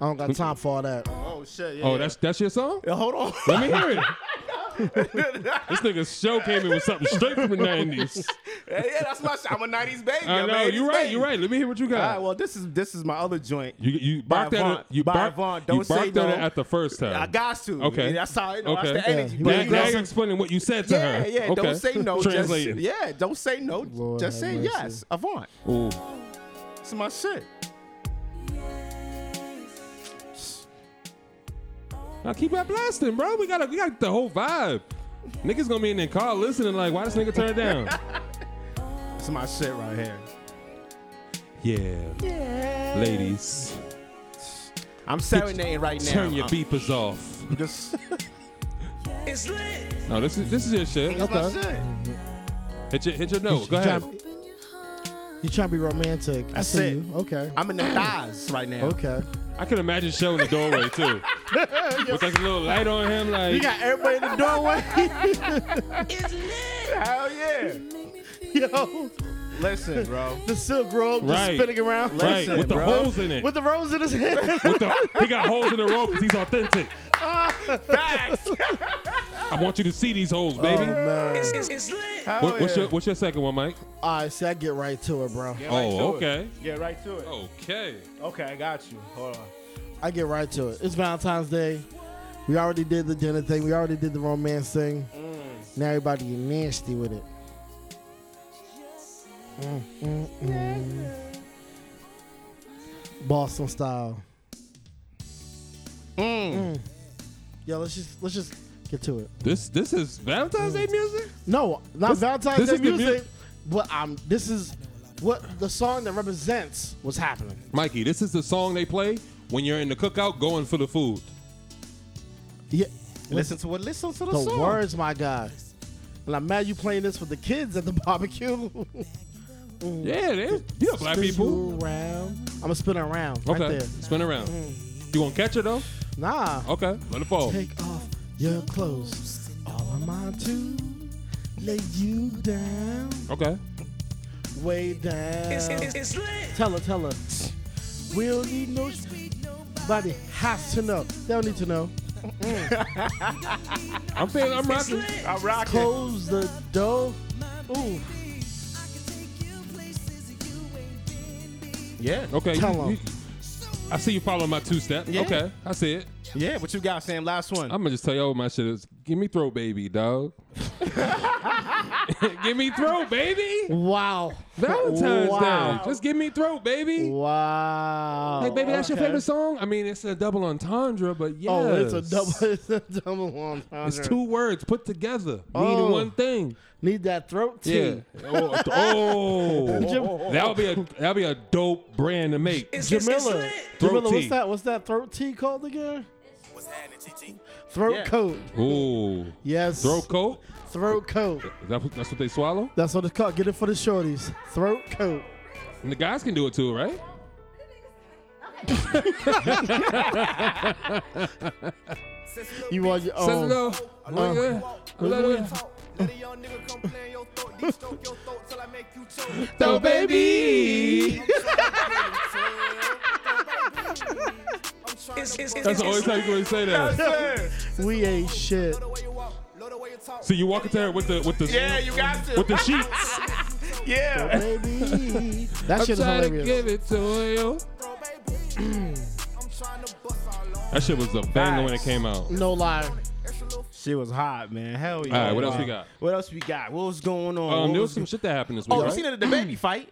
S1: don't got time for all that.
S2: Oh shit. Yeah,
S3: Oh,
S2: yeah.
S3: that's that's your song?
S2: Yeah, hold on.
S3: Let me hear it. this nigga show came in with something straight from the nineties.
S2: yeah, yeah, that's my. Shit. I'm a '90s baby.
S3: I
S2: I'm a
S3: know
S2: 80s
S3: you're right.
S2: baby.
S3: You're right. Let me hear what you
S2: All right.
S3: got.
S2: Well, this is this is my other joint.
S3: You you
S2: By
S3: barked at it.
S2: Avant.
S3: You
S2: By
S3: barked,
S2: Avant.
S3: you
S2: Don't say
S3: barked
S2: no.
S3: at it at the first time.
S2: I got to.
S3: Okay.
S2: That's how I know.
S3: Okay.
S2: That's the energy.
S1: Yeah.
S2: But
S3: Now,
S1: you
S3: now
S1: got
S3: you're
S1: some-
S3: explaining what you said to
S2: yeah,
S3: her.
S2: yeah.
S3: Okay.
S2: Don't say no.
S3: Translating.
S2: Just, yeah, don't say no.
S1: Lord
S2: just
S1: have
S2: say
S1: mercy.
S2: yes. Avant.
S3: Ooh.
S2: It's my shit.
S3: Now keep that blasting, bro. We got to we got the whole vibe. Niggas gonna be in their car listening like, why this nigga turn it down?
S2: It's my shit right here.
S3: yeah. Ladies,
S2: I'm serenading right now.
S3: turn your
S2: I'm
S3: beepers off.
S2: Just,
S4: It's lit.
S3: No, this is this is your shit.
S2: That's my shit.
S3: Hit your, hit your nose. Go
S1: you
S3: ahead.
S1: trying- you trying to be romantic? I
S2: That's
S1: see
S2: it.
S1: you. Okay.
S2: I'm in the thighs right now.
S1: okay.
S3: I can imagine Show in the doorway too, with like a little light on him. Like
S1: You got everybody in the doorway.
S2: Hell yeah.
S1: Yo,
S2: Listen, bro.
S1: the Silk Road just
S3: Right.
S1: spinning around
S3: right
S2: Listen,
S3: with the
S2: bro.
S3: holes in it.
S1: with the rose in his hand.
S3: With the- he got holes in the rope 'cause he's authentic.
S2: Facts.
S3: I want you to see these holes, baby.
S4: It's, it's, it's lit.
S2: Hell
S3: What- what's
S2: yeah.
S3: your what's your second one, Mike?
S1: All right, see, I get right to it, bro.
S2: Get
S3: Oh,
S2: to it.
S3: okay.
S2: Get right to it.
S3: Okay.
S2: Okay, I got you. Hold on.
S1: I get right to it. It's Valentine's Day. We already did the dinner thing. We already did the romance thing.
S3: Mm.
S1: Now everybody get nasty with it. Mm, mm, mm. Boston style. Mm. Yeah, let's just let's just get to it.
S3: This this is Valentine's Day music.
S1: No, not Valentine's
S3: this
S1: Day
S3: is the mu-
S1: music, but um, this is what the song that represents what's happening.
S3: Mikey, this is the song they play when you're in the cookout going for the food.
S1: Yeah,
S2: Listen to what? Listen to the,
S1: the
S2: song.
S1: words, my guy. And I'm mad you playing this with the kids at the barbecue.
S3: Yeah, they yeah, black people.
S1: I'm gonna spin around
S3: Okay,
S1: right there.
S3: spin around. You gonna catch it though?
S1: Nah.
S3: Okay, let it fall.
S1: Take off your clothes. All I'm on to lay you down,
S3: Okay.
S1: way down.
S4: It's, it's, it's lit.
S1: Tell her, tell her. We don't need no. Nobody has to know. They don't need to know.
S3: I'm feeling I'm rocking.
S2: I'm rocking.
S1: Close the door. Ooh,
S2: Yeah.
S3: Okay. you-
S1: Tell 'em.
S3: you- I see you following my two step.
S2: Yeah.
S3: Okay, I see it.
S2: Yeah. What you got, Sam? Last one.
S3: I'm gonna just tell y'all what my shit is. Give me throw baby, dog. give me throw baby.
S1: wow.
S3: Valentine's
S1: Wow.
S3: Day. Just give me throw baby.
S1: Wow.
S3: Hey, baby, that's your
S1: Okay.
S3: favorite song? I mean, it's a double entendre, but yes.
S1: Oh, it's a double. It's a double one.
S3: It's two words put together,
S1: Oh.
S3: meaning one thing.
S1: Need that throat too.
S3: oh, oh.
S1: Jam-
S3: that'll be a that'll be a dope brand to make.
S4: It's, it's, it's
S1: Jamila,
S4: lit.
S3: Throat
S1: Jamila, what's
S3: tea.
S1: that? What's that throat tea called again? Throat
S2: Yeah.
S1: coat.
S3: Ooh,
S1: Yes.
S3: throat coat.
S1: Throat coat.
S3: That, that's what they swallow.
S1: That's what it's called. Get it for the shorties. Throat coat.
S3: And the guys can do it too, right?
S1: You want your
S3: Says
S1: own.
S3: no. Nigga. Nigga. Throw baby.
S4: It's, it's, it's,
S3: That's
S4: it's,
S3: the only time you gonna say that.
S1: We ain't shit.
S3: So you walk into her with the with the
S2: yeah, you got to.
S3: with the sheets.
S2: yeah.
S1: Baby. That shit is
S3: trying to
S1: hilarious.
S3: give it to you. that shit was a banger when it came out.
S1: No lie.
S2: She was hot, man. Hell yeah.
S3: All right, what else we got?
S2: What else we got? What was going on?
S3: Um,
S2: What
S3: there was
S2: was
S3: some
S2: go-
S3: shit that happened this week.
S2: Oh, you
S3: right?
S2: seen it at the baby fight?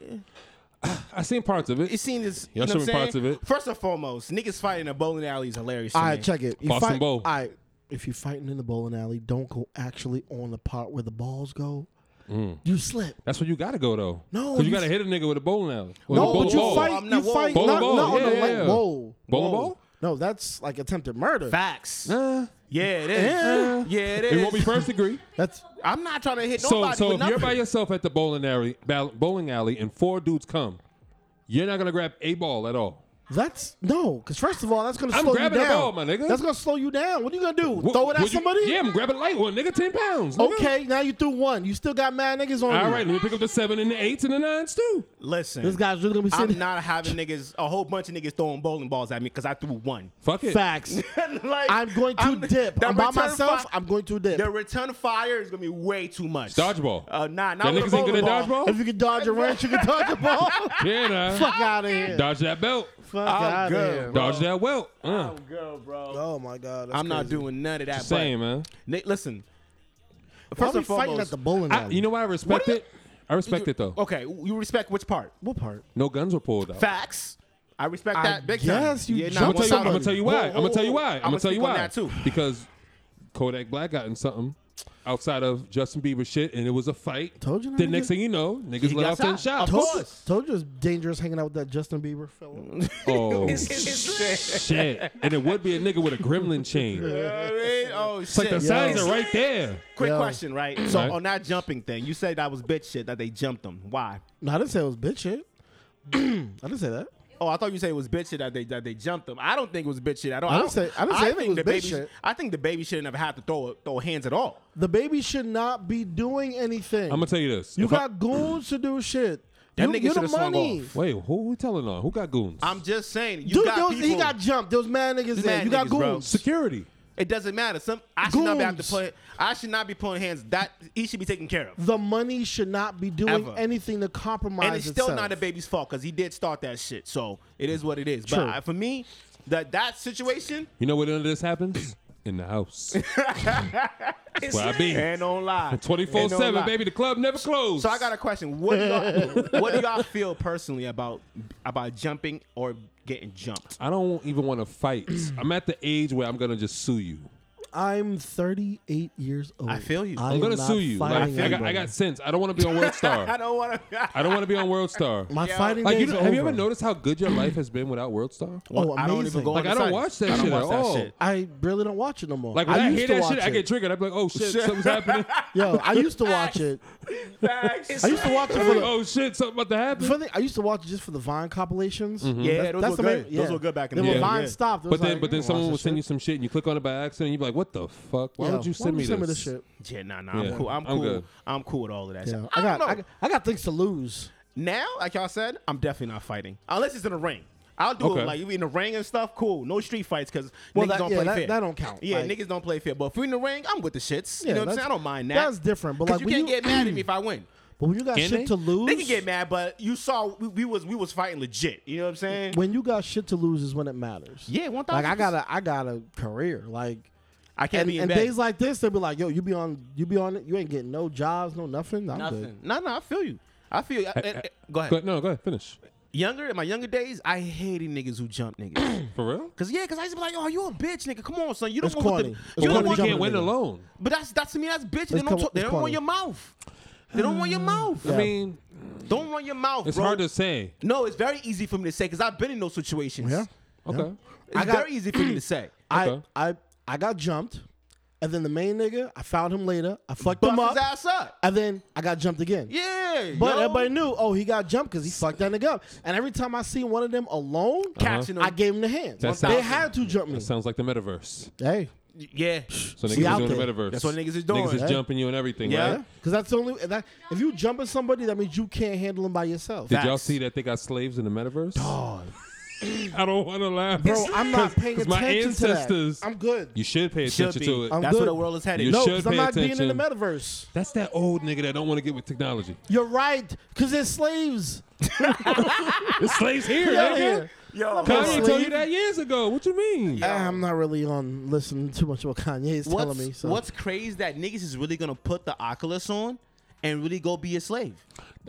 S3: I seen parts of
S2: You
S3: it.
S2: seen this?
S3: Y'all
S2: you know
S3: showed
S2: what
S3: me
S2: I'm saying?
S3: parts of it.
S2: First and foremost, niggas fighting in a bowling alley is hilarious. to
S1: All right,
S2: me.
S1: check it. You
S3: Boston
S1: fight-
S3: Bowl.
S1: All right. If you're fighting in the bowling alley, don't go actually on the part where the balls go.
S3: Mm.
S1: You slip.
S3: That's where you gotta go though.
S1: No,
S3: because you
S1: you-
S3: gotta hit a nigga with a bowling alley. With a
S1: No,
S3: bowl
S1: but
S3: of
S1: you
S3: ball.
S1: fight.
S2: I'm
S1: you
S2: not- whoa.
S1: fight.
S3: Bowling
S1: not,
S3: ball.
S1: No,
S3: Yeah,
S1: no,
S3: yeah,
S1: like,
S3: yeah.
S1: whoa.
S3: Bowling
S1: whoa.
S3: ball?
S1: No, that's like attempted murder.
S2: Facts.
S3: Uh,
S2: yeah, it is.
S3: Yeah.
S2: Yeah, it
S3: it
S2: is.
S3: won't be first degree.
S1: That's
S2: I'm not trying to hit
S3: so,
S2: nobody.
S3: so
S2: with
S3: if you're
S2: nothing.
S3: by yourself at the bowling alley, bal- bowling alley, and four dudes come, you're not gonna grab a ball at all.
S1: that's no. Because first of all, that's gonna
S3: I'm
S1: slow
S3: grabbing
S1: you
S3: the
S1: down.
S3: ball, my nigga.
S1: That's gonna slow you down. What are you gonna do?
S3: Wh-
S1: Throw it at
S3: would you-
S1: somebody?
S3: yeah, I'm grabbing light one, nigga. Ten pounds. nigga.
S1: Okay, now you threw one. You still got mad niggas on
S3: All
S1: you.
S3: right, let me pick up the seven and the eights and the nines too.
S2: Listen,
S1: This guy's really gonna be sitting.
S2: I'm not having niggas, a whole bunch of niggas throwing bowling balls at me because I threw one.
S3: Fuck it.
S1: Facts.
S2: like,
S1: I'm going to dip.
S2: the
S1: I'm by
S2: return
S1: myself.
S2: fi-
S1: I'm going to dip.
S2: the return fire is gonna be way too much.
S3: Dodgeball.
S2: Uh, nah,
S3: Y'all
S2: not with
S3: niggas
S2: a
S3: ain't
S2: bowling
S3: good at
S2: ball.
S3: dodgeball?
S1: if you can dodge a wrench, you can dodge a ball.
S3: Yeah, nah.
S1: Fuck out of here.
S3: Dodge that belt.
S1: Fuck
S2: I'm
S1: out
S2: good,
S1: here.
S2: bro.
S3: Dodge that welt. Uh,
S2: I'm good, bro.
S1: Oh my god. that's
S2: I'm not
S1: crazy.
S2: doing none of that.
S3: same, man.
S2: But, Nick, listen.
S1: Why
S2: First
S1: we
S2: and foremost,
S1: fighting at the bowling
S3: I,
S1: alley?
S3: you know why I respect
S2: What
S3: it? I respect it though.
S1: Oh.
S2: Okay, you respect which part?
S1: what part?
S3: No guns were pulled out.
S2: Facts. I respect
S1: I
S2: that big
S1: guess
S2: time.
S1: you
S2: nah,
S3: I'm
S1: jumped
S3: gonna, tell you, I'm
S1: somebody.
S3: gonna tell you why.
S2: Whoa,
S3: I'm gonna tell you
S2: whoa,
S3: why.
S2: whoa.
S3: I'm gonna tell you
S2: speak on
S3: why.
S2: that, too.
S3: Because Kodak Black got in something outside of Justin Bieber shit, and it was a fight.
S1: Told you,
S3: The
S1: nigga.
S3: next thing you know,
S2: He
S3: niggas let
S2: got
S3: off ten
S2: shot. Of
S3: shots.
S1: Told you,
S2: course.
S1: told you it's dangerous hanging out with that Justin Bieber fella.
S3: Oh
S4: It's, it's lit.
S3: shit! And it would be a nigga with a gremlin chain.
S2: You know what I mean? Oh Oh
S3: It's like
S2: shit.
S3: the signs are right there.
S2: Quick
S1: Yo.
S2: question, right? So
S3: Right.
S2: on that jumping thing, you said that was bitch shit that they jumped them. Why?
S1: No, I didn't say it was bitch shit. I didn't say that.
S2: Oh, I thought you said it was bitch shit that they that they jumped them. I don't think it was bitch shit at all.
S1: I didn't say- I didn't say anything
S2: the
S1: was bitch
S2: baby,
S1: shit.
S2: I think the baby shouldn't have had to throw throw hands at all.
S1: The baby should not be doing anything.
S3: I'm gonna tell you this.
S1: you
S3: If I-
S1: got goons to do shit.
S2: That
S1: you,
S2: nigga
S1: you're the
S2: shoulda swung
S1: money.
S2: off.
S3: Wait, who we telling on? Who got goons?
S2: I'm just saying, you
S1: Dude, there
S2: got
S1: was,
S2: people.
S1: he got jumped. There was mad niggas there.
S2: mad
S1: you got
S2: niggas, bro.
S1: goons.
S3: security.
S2: it doesn't matter. Some I should not be have to
S1: Goons.
S2: play. I should not be pulling hands. That he should be taken care of.
S1: The money should not be doing
S2: Ever.
S1: anything to compromise
S2: and it's still
S1: itself.
S2: not a baby's fault because he did start that shit. So it is what it is.
S1: True.
S2: But I, for me, that that situation
S3: You know where none of this happens? In the house. That's where I be.
S2: and on lie
S3: 24
S2: Ain't no
S3: 7,
S2: lie.
S3: baby. The club never closed.
S2: So I got a question. What do y'all, what do y'all feel personally about about jumping or getting jumped?
S3: I don't even want to fight. I'm at the age where I'm gonna just sue you.
S1: I'm 38 years old.
S2: I feel you.
S1: I
S3: I'm
S1: am
S3: gonna
S1: not
S3: sue you. Like, I,
S1: fighting
S3: got, I
S1: anybody.
S3: got sense. I don't want to be on World
S2: I
S3: Star.
S2: don't want to.
S3: I don't want to be on World Star.
S1: My
S2: Yeah.
S1: fighting
S3: Like, you
S1: days
S3: know,
S1: are
S3: have you ever
S1: over.
S3: noticed how good your life has been without World Star?
S1: Oh,
S2: I don't even
S1: amazing.
S2: go.
S3: Like,
S2: on
S3: I
S2: the
S3: don't
S2: site.
S3: watch that
S2: I don't
S3: shit
S2: watch
S3: at
S2: that
S3: all.
S2: shit.
S1: I really don't watch it no more.
S3: Like when I,
S1: used
S3: hear
S1: to
S3: that
S1: watch
S3: shit, I
S1: it.
S3: get triggered. I'm like, oh shit, something's happening.
S1: Yo, I used to watch it. I used to watch it
S3: I'm
S1: for
S3: like,
S1: the,
S3: oh shit, something about to happen.
S1: for the- I used to watch it just for the Vine compilations.
S2: Yeah, those were
S1: the
S2: good.
S1: main-
S2: Those were good back in
S1: Then
S2: the
S1: when
S2: day.
S1: Vine
S2: Yeah.
S1: stopped, it was
S3: Mm-hmm. But then,
S1: like,
S3: but
S1: I
S3: then
S1: don't
S3: someone
S1: watch
S3: will
S1: this
S3: send you
S1: shit.
S3: some shit, and you click on it by accident. You're like, what the fuck? Why
S1: Yeah,
S3: would you send me this?
S1: send me this shit?
S2: Yeah, nah, nah. I'm
S3: Yeah.
S2: cool. I'm,
S3: I'm
S2: cool.
S3: good.
S2: I'm cool with all of that. shit.
S1: Yeah,
S2: I,
S1: I got,
S2: don't know.
S1: I got, I got things to lose.
S2: now, like y'all said, I'm definitely not fighting unless it's in the ring. I'll do
S3: Okay.
S2: it like you in the ring and stuff. Cool. No street fights because
S1: Well,
S2: niggas
S1: that-
S2: don't
S1: yeah,
S2: play
S1: that-
S2: fair.
S1: that don't count.
S2: Yeah,
S1: Like-
S2: niggas don't play fair. But if we in the ring, I'm with the shits. You
S1: Yeah,
S2: know what I'm
S1: that's-
S2: saying? I don't mind that.
S1: that's different, but like,
S2: 'Cause you
S1: when
S2: can't
S1: you-
S2: get mad at me if I win.
S1: But when you got
S3: Can
S1: shit
S3: they?
S1: to lose,
S2: They can get mad, but you saw we, we was we was fighting legit. You know what I'm saying?
S1: when you got shit to lose is when it matters.
S2: Yeah, 1000%.
S1: Like I got a, I got a career. Like
S2: I can't
S1: and,
S2: be in
S1: and
S2: bed.
S1: days like this, they'll be like, yo, you be on, you be on it. You ain't getting no jobs, no nothing. I'm good.
S2: Nothing. No, no, I feel you. I feel you. I- I- I- go ahead.
S3: Go, no, go ahead, finish.
S2: Younger, in my younger days, I hated niggas who jump niggas.
S3: For real?
S2: Cause yeah, cause I used to be like, oh, you a bitch, nigga. Come on, son. You don't
S1: It's
S2: want
S1: corny.
S2: the,
S1: It's
S2: you
S3: But
S2: don't
S1: corny
S3: you
S2: want,
S1: jumping
S3: can't win
S1: nigga.
S3: alone.
S2: but that's that's to me, that's bitch. They
S1: It's
S2: don't,
S1: co-
S2: talk, they
S1: it's
S2: don't
S1: corny.
S2: run your mouth. They don't run your mouth.
S3: I
S1: Yeah.
S3: mean,
S2: Don't run your mouth.
S3: it's
S2: bro.
S3: hard to say.
S2: No, it's very easy for me to say because I've been in those situations.
S1: Yeah.
S3: Okay.
S2: It's
S1: I got-
S2: very easy for me to say.
S1: I,
S3: Okay.
S1: I, I got jumped, and then the main nigga, I found him later. I fucked him
S2: Bust
S1: up,
S2: his ass up.
S1: and then I got jumped again.
S2: Yeah.
S1: But
S2: yo.
S1: everybody knew, oh, he got jumped because he fucked that nigga up. And every time I see one of them alone,
S3: Uh,
S2: Catching 'em.
S1: Uh-huh. I gave him the hand.
S3: That
S1: they
S3: sounds-
S1: had to jump me.
S3: That sounds like the metaverse.
S1: Hey,
S2: Yeah.
S3: So niggas
S1: See,
S3: is
S1: out
S3: doing the
S1: there.
S3: metaverse.
S2: That's what niggas is
S3: Niggas
S2: doing.
S3: is jumping you and everything,
S2: Yeah.
S3: right?
S1: because that's the only that if you jumping somebody, that means you can't handle them by yourself.
S3: Did y'all
S2: Facts.
S3: see that they got slaves in the metaverse? I don't want to laugh,
S1: Bro, I'm not paying
S3: 'cause
S1: attention
S3: my ancestors-
S1: to that. I'm good.
S3: You should pay
S2: Should
S3: attention
S2: be.
S3: to it.
S1: I'm
S2: That's
S1: good.
S2: where the world is headed.
S3: You
S1: no,
S3: should
S1: because I'm
S3: pay
S1: not being in the
S3: attention.
S1: metaverse.
S3: That's that old nigga that don't want to get with technology.
S1: You're right, because they're slaves.
S3: It's slaves here,
S1: Get outta
S3: nigga.
S1: here.
S2: Yo,
S3: Kanye
S1: Slave.
S3: told you that years ago. What you mean?
S1: Ah, I'm not really on listening too much of what Kanye is telling
S2: what's,
S1: me. So
S2: what's crazy is that niggas is really gonna put the Oculus on and really go be a slave.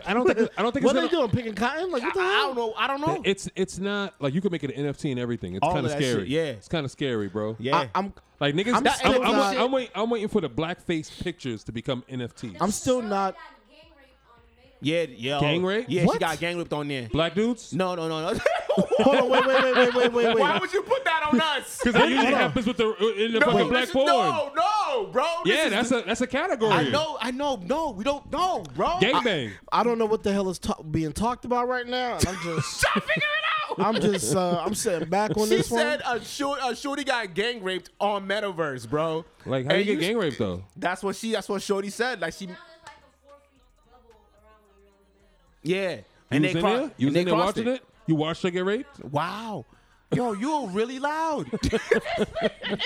S3: I don't think. I don't think.
S1: what are
S3: it's
S1: they
S3: gonna-
S1: doing? Picking cotton? Like
S2: I,
S1: what the hell?
S2: I don't know. I don't know.
S3: It's it's not like you can make it an NFT and everything. It's
S2: All
S3: kind of
S2: of that shit,
S3: scary.
S2: yeah.
S3: it's kind of scary, bro.
S2: yeah.
S1: I, am
S3: like niggas.
S1: I'm
S3: I'm,
S1: still
S3: I'm,
S1: not-
S3: wait- I'm waiting. I'm waiting for the blackface pictures to become NFTs.
S1: I'm still not.
S2: yeah. Yeah.
S3: Gang rape?
S2: Yeah. She
S1: What?
S2: got gang raped on there.
S3: Black dudes.
S2: No. No. No. No.
S1: Hold on, wait, wait, wait, wait, wait, wait, wait.
S2: Why would you put that on us?
S3: because that usually happens with the uh, in the
S2: No,
S3: fucking
S2: this
S3: black
S2: is-
S3: porn.
S2: no, no, bro. This
S3: yeah,
S2: is
S3: that's a that's a category.
S2: I know, I know. No, we don't know, bro.
S3: Gangbang.
S1: I don't know what the hell is ta- being talked about right now. And I'm just,
S2: I, figure it out.
S1: I'm just, uh, I'm sitting back on
S2: she
S1: this
S2: said a, short, a shorty got gang raped on Metaverse, bro.
S3: Like how
S2: And
S3: you get gang raped though?
S2: That's what she. That's what Shorty said. Like she. Yeah.
S3: You was
S2: cro-
S3: in there. You
S2: and
S3: was
S2: they
S3: in there
S2: crossed
S3: watching it. You watched her get raped.
S2: it. Wow. Yo, you're really loud.
S1: one.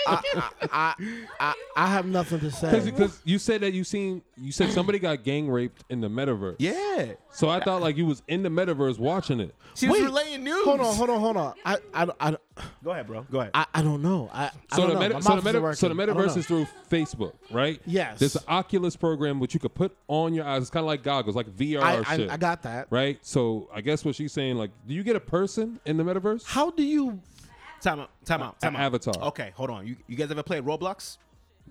S1: I, I, I have nothing to say.
S3: Because you said that you seen you said somebody got gang raped in the metaverse.
S2: yeah.
S3: So I thought like you was in the metaverse watching it.
S2: She was
S1: Wait.
S2: relaying news.
S1: Hold on, hold on, hold on. I, I, I,
S2: Go ahead, bro. Go ahead.
S1: I, I don't know. I, I don't
S3: So the,
S1: know. My
S3: meta, so, the
S1: mouth isn't
S3: meta, so the
S1: working. I don't
S3: metaverse
S1: know.
S3: is through Facebook, right?
S1: Yes.
S3: There's an Oculus program which you could put on your eyes. It's kind of like goggles, like VR
S1: I,
S3: shit.
S1: I, I got that.
S3: Right. So I guess what she's saying, like, do you get a person in the metaverse?
S1: How do you?
S2: time out. Time out. Time out.
S3: Avatar.
S2: Okay, hold on. You, you guys ever played Roblox?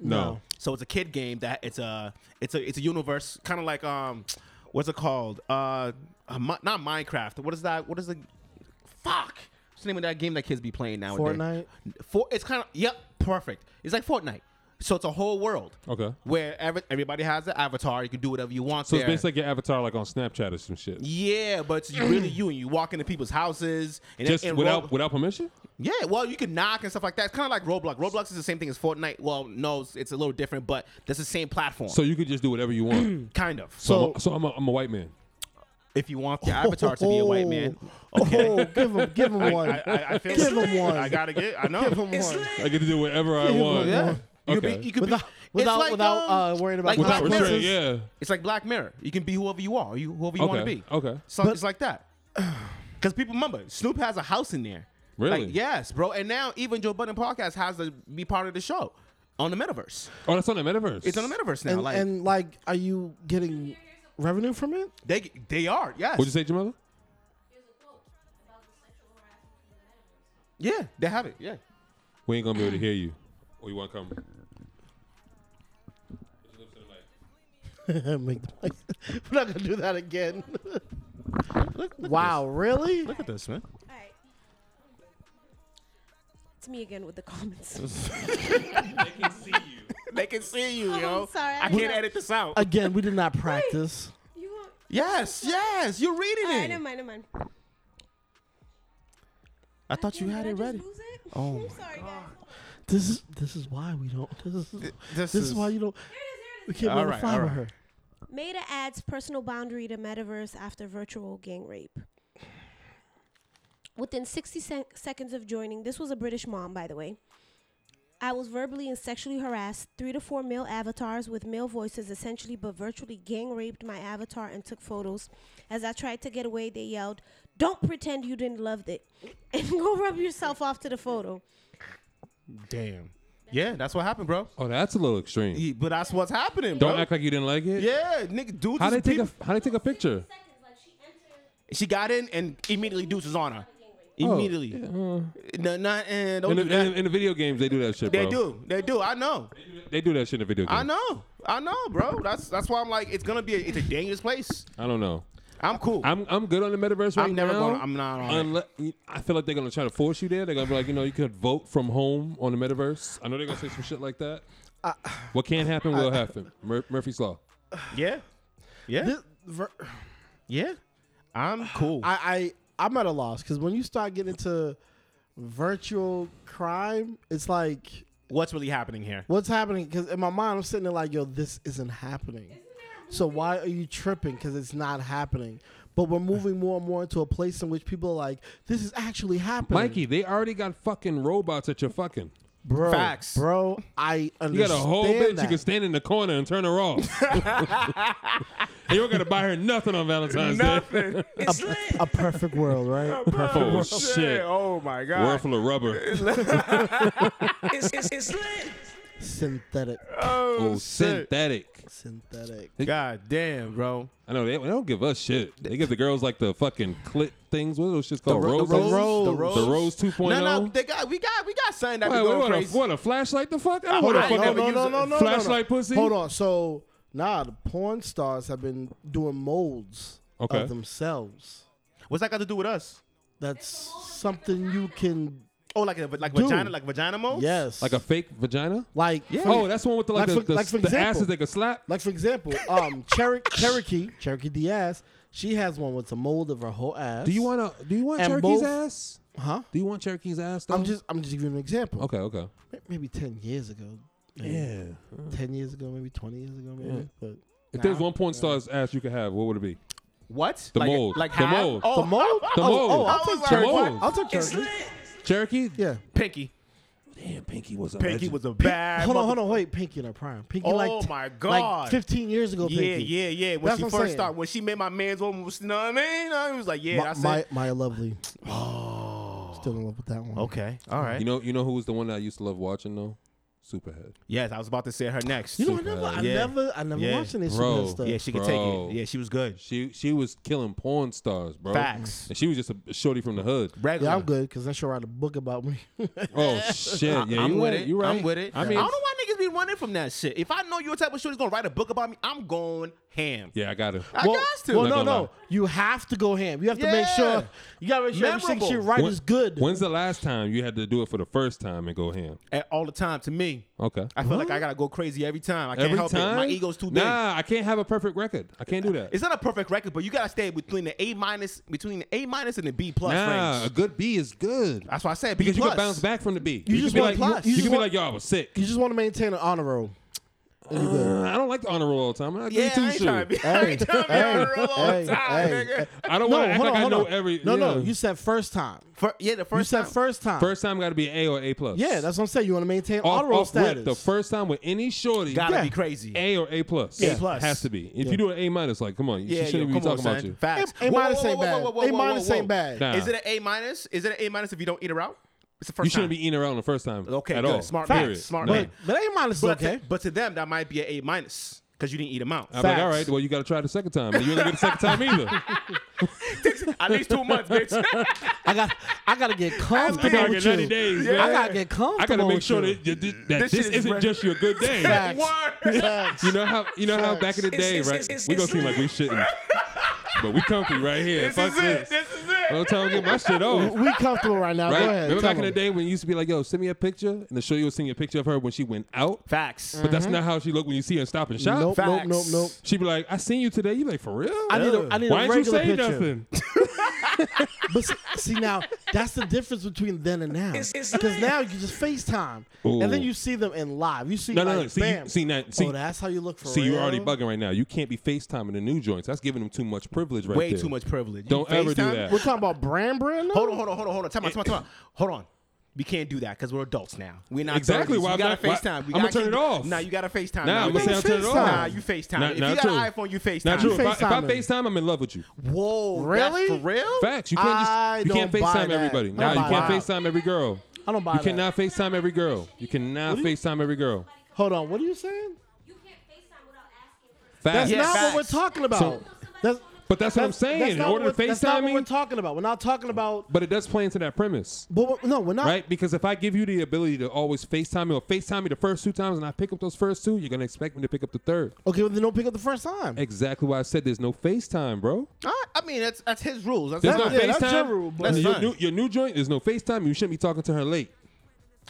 S3: No.
S2: So it's a kid game that it's a it's a it's a universe kind of like um what's it called uh a mi- not Minecraft what is that what is the fuck what's the name of that game that kids be playing nowadays
S1: Fortnite?
S2: for it's kind of yep perfect it's like Fortnite So it's a whole world.
S3: Okay.
S2: Where every, everybody has an avatar. You can do whatever you want.
S3: So
S2: there.
S3: it's basically like your avatar, like on Snapchat or some shit.
S2: Yeah, but it's really you, and you walk into people's houses and
S3: Just
S2: and
S3: without
S2: Ro-
S3: without permission.
S2: yeah, well, you can knock and stuff like that. It's kind of like Roblox. Roblox is the same thing as Fortnite. Well, no, it's, it's a little different, but that's the same platform.
S3: So you could just do whatever you want.
S2: kind of.
S3: so
S1: So-
S3: I'm a, so I'm, a, I'm a white man.
S2: if you want your avatar to be a white man, okay.
S1: Oh, give him, give him one.
S8: I, I, I feel
S1: Give him one.
S8: I gotta get. I know.
S1: give him
S4: It's
S1: one.
S3: I get to do whatever I want.
S2: Yeah. You
S3: Okay.
S2: could be, you could
S1: Without-
S2: be, it's
S1: without-
S2: like,
S1: without,
S2: um,
S1: uh, worrying about
S2: like
S1: the
S3: Without
S2: Black Mirror.
S3: restraint. Yeah.
S2: It's like Black Mirror. You can be whoever you are. You whoever you want to
S3: Okay,
S2: be.
S3: okay.
S2: So it's like that. Because people remember Snoop has a house in there.
S3: Really?
S2: Like, yes, bro. And now even Joe Budden podcast has to be part of the show on the metaverse.
S3: Oh, that's on the metaverse.
S2: It's on the metaverse now.
S1: And,
S2: like
S1: and like, are you getting revenue from it?
S2: they they are. Yes.
S3: What'd you say, Jamila?
S2: Yeah, they have it. Yeah.
S3: We ain't gonna be able to hear you. Or you want to come?
S1: Make the mic. We're not gonna do that again. wow, really?
S2: Look at this, man.
S9: Alright. It's me again with the comments.
S2: They can see you,
S9: Oh,
S2: yo.
S9: I'm sorry, I
S2: I can't
S9: know.
S2: edit this out.
S1: Again, we did not practice.
S9: You won't.
S2: yes, yes. You're reading
S9: Alright,
S2: it.
S9: never mind, never mind.
S2: I thought you had it ready.
S9: Oh. I'm sorry, guys.
S1: This is this is why we don't. This is,
S2: This,
S1: this is why you don't. We can't
S2: All
S1: all right,
S2: right,
S1: fly
S2: all
S1: with
S2: right.
S1: her.
S9: Meta adds personal boundary to metaverse after virtual gang rape. Within 60 sec- seconds of joining, this was a British mom, by the way. I was verbally and sexually harassed. Three to four male avatars with male voices, essentially, but virtually gang raped my avatar and took photos. As I tried to get away, they yelled, Don't pretend you didn't love it, and go rub yourself off to the photo.
S2: Damn. Yeah, that's what happened, bro.
S3: Oh, that's a little extreme.
S2: He- but that's what's happening,
S3: Don't
S2: bro.
S3: act like you didn't like it.
S2: yeah, nigga, dudes.
S3: How
S2: is
S3: they take
S2: people-
S3: a How they take a picture?
S6: Seconds, like she entered.
S2: She got in and immediately Deuce was on her.
S3: Oh,
S2: Immediately.
S3: yeah, uh,
S2: No, not and don't
S3: in,
S2: do
S3: the,
S2: that.
S3: in, in the video games, they do that shit.
S2: they
S3: bro.
S2: do. They do. I know.
S3: They do that shit in the video games.
S2: I know. I know, bro. That's that's why I'm like, it's gonna be. A, it's a dangerous place.
S3: I don't know.
S2: I'm cool.
S3: I'm I'm good on the metaverse right
S2: I'm never
S3: now.
S2: gonna- I'm not on it.
S3: Unle- I feel like they're gonna try to force you there. They're gonna be like, you know, you could vote from home on the metaverse. I know they're gonna say some shit like that. what can happen will happen. Mur- Murphy's law.
S2: yeah. Yeah.
S1: This, ver-
S2: yeah. I'm cool.
S1: I, I I'm at a loss because when you start getting into virtual crime, it's like
S2: what's really happening here?
S1: what's happening? Because in my mind, I'm sitting there like, yo, this isn't happening. So why are you tripping? Because it's not happening. But we're moving more and more into a place in which people are like, this is actually happening.
S3: Mikey, they already got fucking robots at your fucking.
S1: bro,
S2: Facts.
S1: bro, I understand
S3: You got a whole bitch.
S1: that.
S3: You can stand in the corner and turn her off. and you ain't gonna buy her nothing on Valentine's Day.
S4: It's lit.
S1: a perfect world, right?
S3: oh shit!
S2: Oh my god.
S3: World full of rubber.
S4: It's, it's, it's lit.
S1: synthetic,
S3: oh, synthetic.
S1: synthetic.
S2: God damn, bro.
S3: I know they, they don't give us shit. They give the girls like the fucking clit things. What are those shits
S2: The
S3: called?
S2: ro-
S3: Roses?
S2: the rose,
S3: The
S2: the
S3: Rose,
S2: rose,
S3: 2.0.
S2: No, no, they got we got we got something that
S3: Wait,
S2: we
S3: wait,
S2: going
S3: what, a,
S2: crazy.
S3: what a flashlight? The fuck? I don't want
S2: on,
S3: a
S2: I never
S3: fucking
S2: use it.
S3: flashlight pussy.
S1: Hold on. So nah, the porn stars have been doing molds
S3: Okay.
S1: of themselves.
S2: What's that got to do with us?
S1: That's something you can
S2: Oh, like a, like
S1: Dude.
S2: vagina, like vagina mode.
S1: yes,
S3: Like a fake vagina?
S1: like for-
S3: Oh, that's the one with the
S1: Like
S3: like, the,
S1: for-
S3: the,
S1: like for
S3: the
S1: example.
S3: asses they could slap.
S1: like for example, um, Cher- Cherokee Cherokee Diaz. She has one with a mold of her whole ass.
S3: Do you want to? Do you want
S1: And
S3: Cherokee's
S1: both-
S3: ass?
S1: Huh?
S3: Do you want Cherokee's ass? Though?
S1: I'm just I'm just giving you an example.
S3: okay. Okay.
S1: May- Maybe ten years ago. maybe
S3: Yeah.
S1: Ten years ago, maybe twenty years ago, maybe.
S3: Yeah.
S1: But
S3: If there's one porn star's ass you could have, what would it be?
S2: What?
S3: The
S2: like,
S3: mold.
S2: Like
S3: The
S2: half?
S3: mold.
S2: Oh,
S1: the mold,
S3: The
S1: oh,
S3: mold.
S1: Oh,
S2: I
S1: I'll take
S2: was
S1: Cherokee.
S3: like, what?
S1: I'll take
S4: It's
S1: Cherokee.
S4: lit.
S3: Cherokee?
S1: Yeah.
S2: Pinky.
S3: Damn, Pinky was a
S2: Pinky
S3: legend.
S2: was a bad.
S1: Hold on, hold
S2: mother-
S1: on, wait. Pinky in her prime. Pinky
S2: Oh
S1: like
S2: my
S1: like
S2: God.
S1: 15 years ago.
S2: Yeah,
S1: Pinky.
S2: yeah, yeah. When
S1: That's
S2: she
S1: what I'm
S2: first
S1: saying.
S2: started, when she made my man's woman, you know what I mean? I was like, yeah,
S1: My,
S2: that's
S1: my,
S2: it.
S1: Maya Lovely. Oh, still in love with that one.
S2: Okay, all right.
S3: You know, you know who was the one that I used to love watching though? Superhead.
S2: yes, I was about to say her next.
S1: You know, I never, I
S2: Yeah.
S1: never, I never
S2: Yeah.
S1: watched any
S3: Bro.
S1: Superhead stuff.
S2: yeah, she could
S3: Bro.
S2: take it. Yeah, she was good.
S3: She she was killing porn stars, bro.
S2: Facts.
S3: And she was just a shorty from the hood.
S2: Regular.
S1: Yeah, I'm good because then she'll write a book about me.
S3: Oh shit! Yeah, you
S2: I'm
S3: right.
S2: with it.
S3: You right?
S2: I'm with it.
S3: I
S2: I
S3: mean,
S2: don't know why niggas be running from that shit. If I know you a type of shooter's gonna write a book about me, I'm going ham.
S3: Yeah, I got it.
S2: I
S1: well,
S2: got to.
S1: Well,
S3: Not
S1: no,
S3: gonna
S1: no.
S3: lie.
S1: You have to go ham. You have to make
S2: Yeah.
S1: sure you gotta make sure everything
S2: Memorable.
S1: shit right
S3: When-
S1: is good.
S3: When's the last time you had to do it for the first time and go ham?
S2: And all the time to me.
S3: Okay.
S2: I feel like I gotta go crazy every time. I can't
S3: Every
S2: help
S3: time.
S2: it. My ego's too big.
S3: Nah, I can't have a perfect record. I can't do that.
S2: It's not a perfect record, but you gotta stay between the A minus, between the A minus and the B plus
S3: nah, a
S2: range.
S3: good B is good.
S2: That's why I said B
S3: because you
S2: plus.
S3: can bounce back from the B.
S1: You
S3: can
S1: just
S3: be
S1: want-
S3: like,
S1: you
S3: you,
S1: just
S3: can be
S1: want-
S3: like, yo, I was sick.
S1: you just want to maintain an honor roll. And you're
S3: Uh,
S1: good.
S3: I don't like the honor roll all the time. I like
S2: Yeah, I ain't trying to be. I ain't trying to be on the roll all the
S1: hey,
S2: time,
S1: hey.
S2: nigga.
S3: I don't want to act like I know every.
S1: No, no.
S3: yeah.
S1: You said first time.
S2: Fir- yeah, the
S1: You
S2: first
S1: said
S2: time.
S1: first time.
S3: first time got to be an A or A plus.
S1: Yeah, that's what I'm saying. You want to maintain
S3: off,
S1: honor roll
S3: off rip,
S1: status.
S3: the first time with any shorty.
S2: gotta
S1: Yeah.
S2: be crazy.
S3: A or A plus.
S2: A plus.
S3: has to be. If you do an A minus, like, come on,
S2: yeah,
S3: she
S2: yo,
S3: shouldn't even
S2: come
S3: be
S2: on,
S3: talking about
S2: son.
S3: you.
S2: Facts.
S1: A- A
S2: Whoa,
S1: minus
S2: whoa,
S1: ain't
S2: whoa,
S1: bad.
S2: whoa, whoa,
S1: A
S2: whoa,
S1: minus
S2: whoa,
S1: ain't
S2: whoa.
S1: bad.
S3: Nah.
S2: Is it an A minus? Is it an A minus if you don't eat her out? It's the first.
S3: You shouldn't
S2: time.
S3: be eating around the first time
S2: Okay,
S3: at
S2: good.
S3: all.
S2: Smart
S3: Period.
S2: man. Smart
S3: Nah.
S2: man.
S1: But, but A minus is
S2: But
S1: okay.
S2: To, but to them, that might be an A minus because you didn't eat them out.
S3: I'm like, all
S1: Facts.
S3: right, well, you got to try the second time. And you ain't get the second time either.
S2: At least two months, bitch.
S1: I got I gotta get
S3: I
S1: comfortable
S3: gotta
S1: with
S3: get
S1: you.
S3: 90 days,
S1: I
S3: man.
S1: gotta get comfortable.
S3: I got to make
S1: with
S3: sure
S1: you.
S3: that, you- that this,
S2: shit is
S3: isn't
S2: re-
S3: just your good day.
S1: Facts.
S2: Word.
S3: You know how you know how back in the
S4: It's-
S3: day,
S4: it's-
S3: right?
S4: it's-
S3: we gonna
S4: it's-
S3: seem like we shouldn't, but we comfy right here.
S2: This
S3: Fuck
S2: is it.
S3: this.
S2: This is it.
S3: No time to get my shit off.
S1: we comfortable right now.
S3: Right?
S1: Go ahead.
S3: Remember
S1: tell
S3: back in the
S1: them.
S3: day when you used to be like, "Yo, send me a picture," and the show you would send you a picture of her when she went out.
S2: Facts.
S3: But that's not how she looked when you see her in stop and shop.
S1: Mm-hmm. Nope, nope,
S2: Facts.
S1: nope, nope.
S3: She'd be like, "I seen you today. You like for real?
S1: I need a, I need
S3: Why
S1: a
S3: didn't you
S1: regular
S3: say
S1: picture.
S3: nothing?
S1: But see, see now, that's the difference between then and now.
S4: It's- it's
S1: Because
S4: lit.
S1: now you just FaceTime,
S3: Ooh.
S1: and then you see them in live. You see,
S3: No, no,
S1: like,
S3: no. See, you-
S1: bam.
S3: see, now- see-
S1: oh, that's how you look for.
S3: See,
S1: real?
S3: you're already bugging right now. You can't be FaceTiming the new joints. That's giving them too much privilege, right
S2: Way
S3: there.
S2: too much privilege. You
S3: Don't ever do
S2: FaceTime?
S3: that.
S1: We're talking about brand brand. now?
S2: Hold on, hold on, hold on, hold on. Time out, time out, time out. Hold on. We can't do that because we're adults now. We're not
S3: Exactly.
S2: 30s.
S3: Why
S2: we gotta
S3: not- why-
S2: FaceTime. We
S3: I'ma
S2: gotta
S3: turn
S2: keep-
S3: it off.
S2: Nah, you gotta FaceTime.
S3: Nah,
S2: you
S3: I'm gonna say
S2: gotta
S3: I'll turn it off.
S2: Nah, you FaceTime.
S3: Not-
S2: if
S3: not
S2: you got an
S3: true.
S2: iPhone, you FaceTime.
S3: Not true. If I, if I
S1: FaceTiming.
S3: FaceTime, I'm in love with you.
S2: Whoa,
S1: Really?
S2: That's for real?
S3: Facts. You can't just
S1: I
S3: you can't
S1: don't buy
S3: FaceTime
S1: that.
S3: everybody.
S1: I
S3: Nah,
S1: don't
S3: you
S1: buy
S3: can't
S1: that.
S3: FaceTime every girl.
S1: I don't buy
S3: You
S1: that.
S3: cannot FaceTime every girl. You cannot FaceTime every girl.
S1: Hold on. What are you saying?
S6: You can't FaceTime without asking first.
S1: That's
S3: Facts.
S2: Yeah,
S1: not
S2: facts.
S1: what we're talking about.
S3: So-
S1: that's,
S3: But that's what I'm saying.
S1: that's
S3: In
S1: not
S3: order
S1: what
S3: to
S1: we're- that's not
S3: FaceTime
S1: what we're
S3: me,
S1: talking about. We're not talking about.
S3: but it does play into that premise,
S1: But we're- no, we're not.
S3: right? Because if I give you the ability to always FaceTime me or FaceTime me the first two times and I pick up those first two, you're gonna expect me to pick up the third.
S1: Okay, well then don't pick up the first time.
S3: Exactly why I said there's no FaceTime, bro.
S2: I, I mean, that's that's his rules. That's
S3: There's
S2: not
S3: no
S1: yeah,
S3: FaceTime.
S1: that's your rule, but-
S3: And
S2: That's
S3: your,
S2: fine.
S3: new, your new joint, there's no FaceTime. You shouldn't be talking to her late.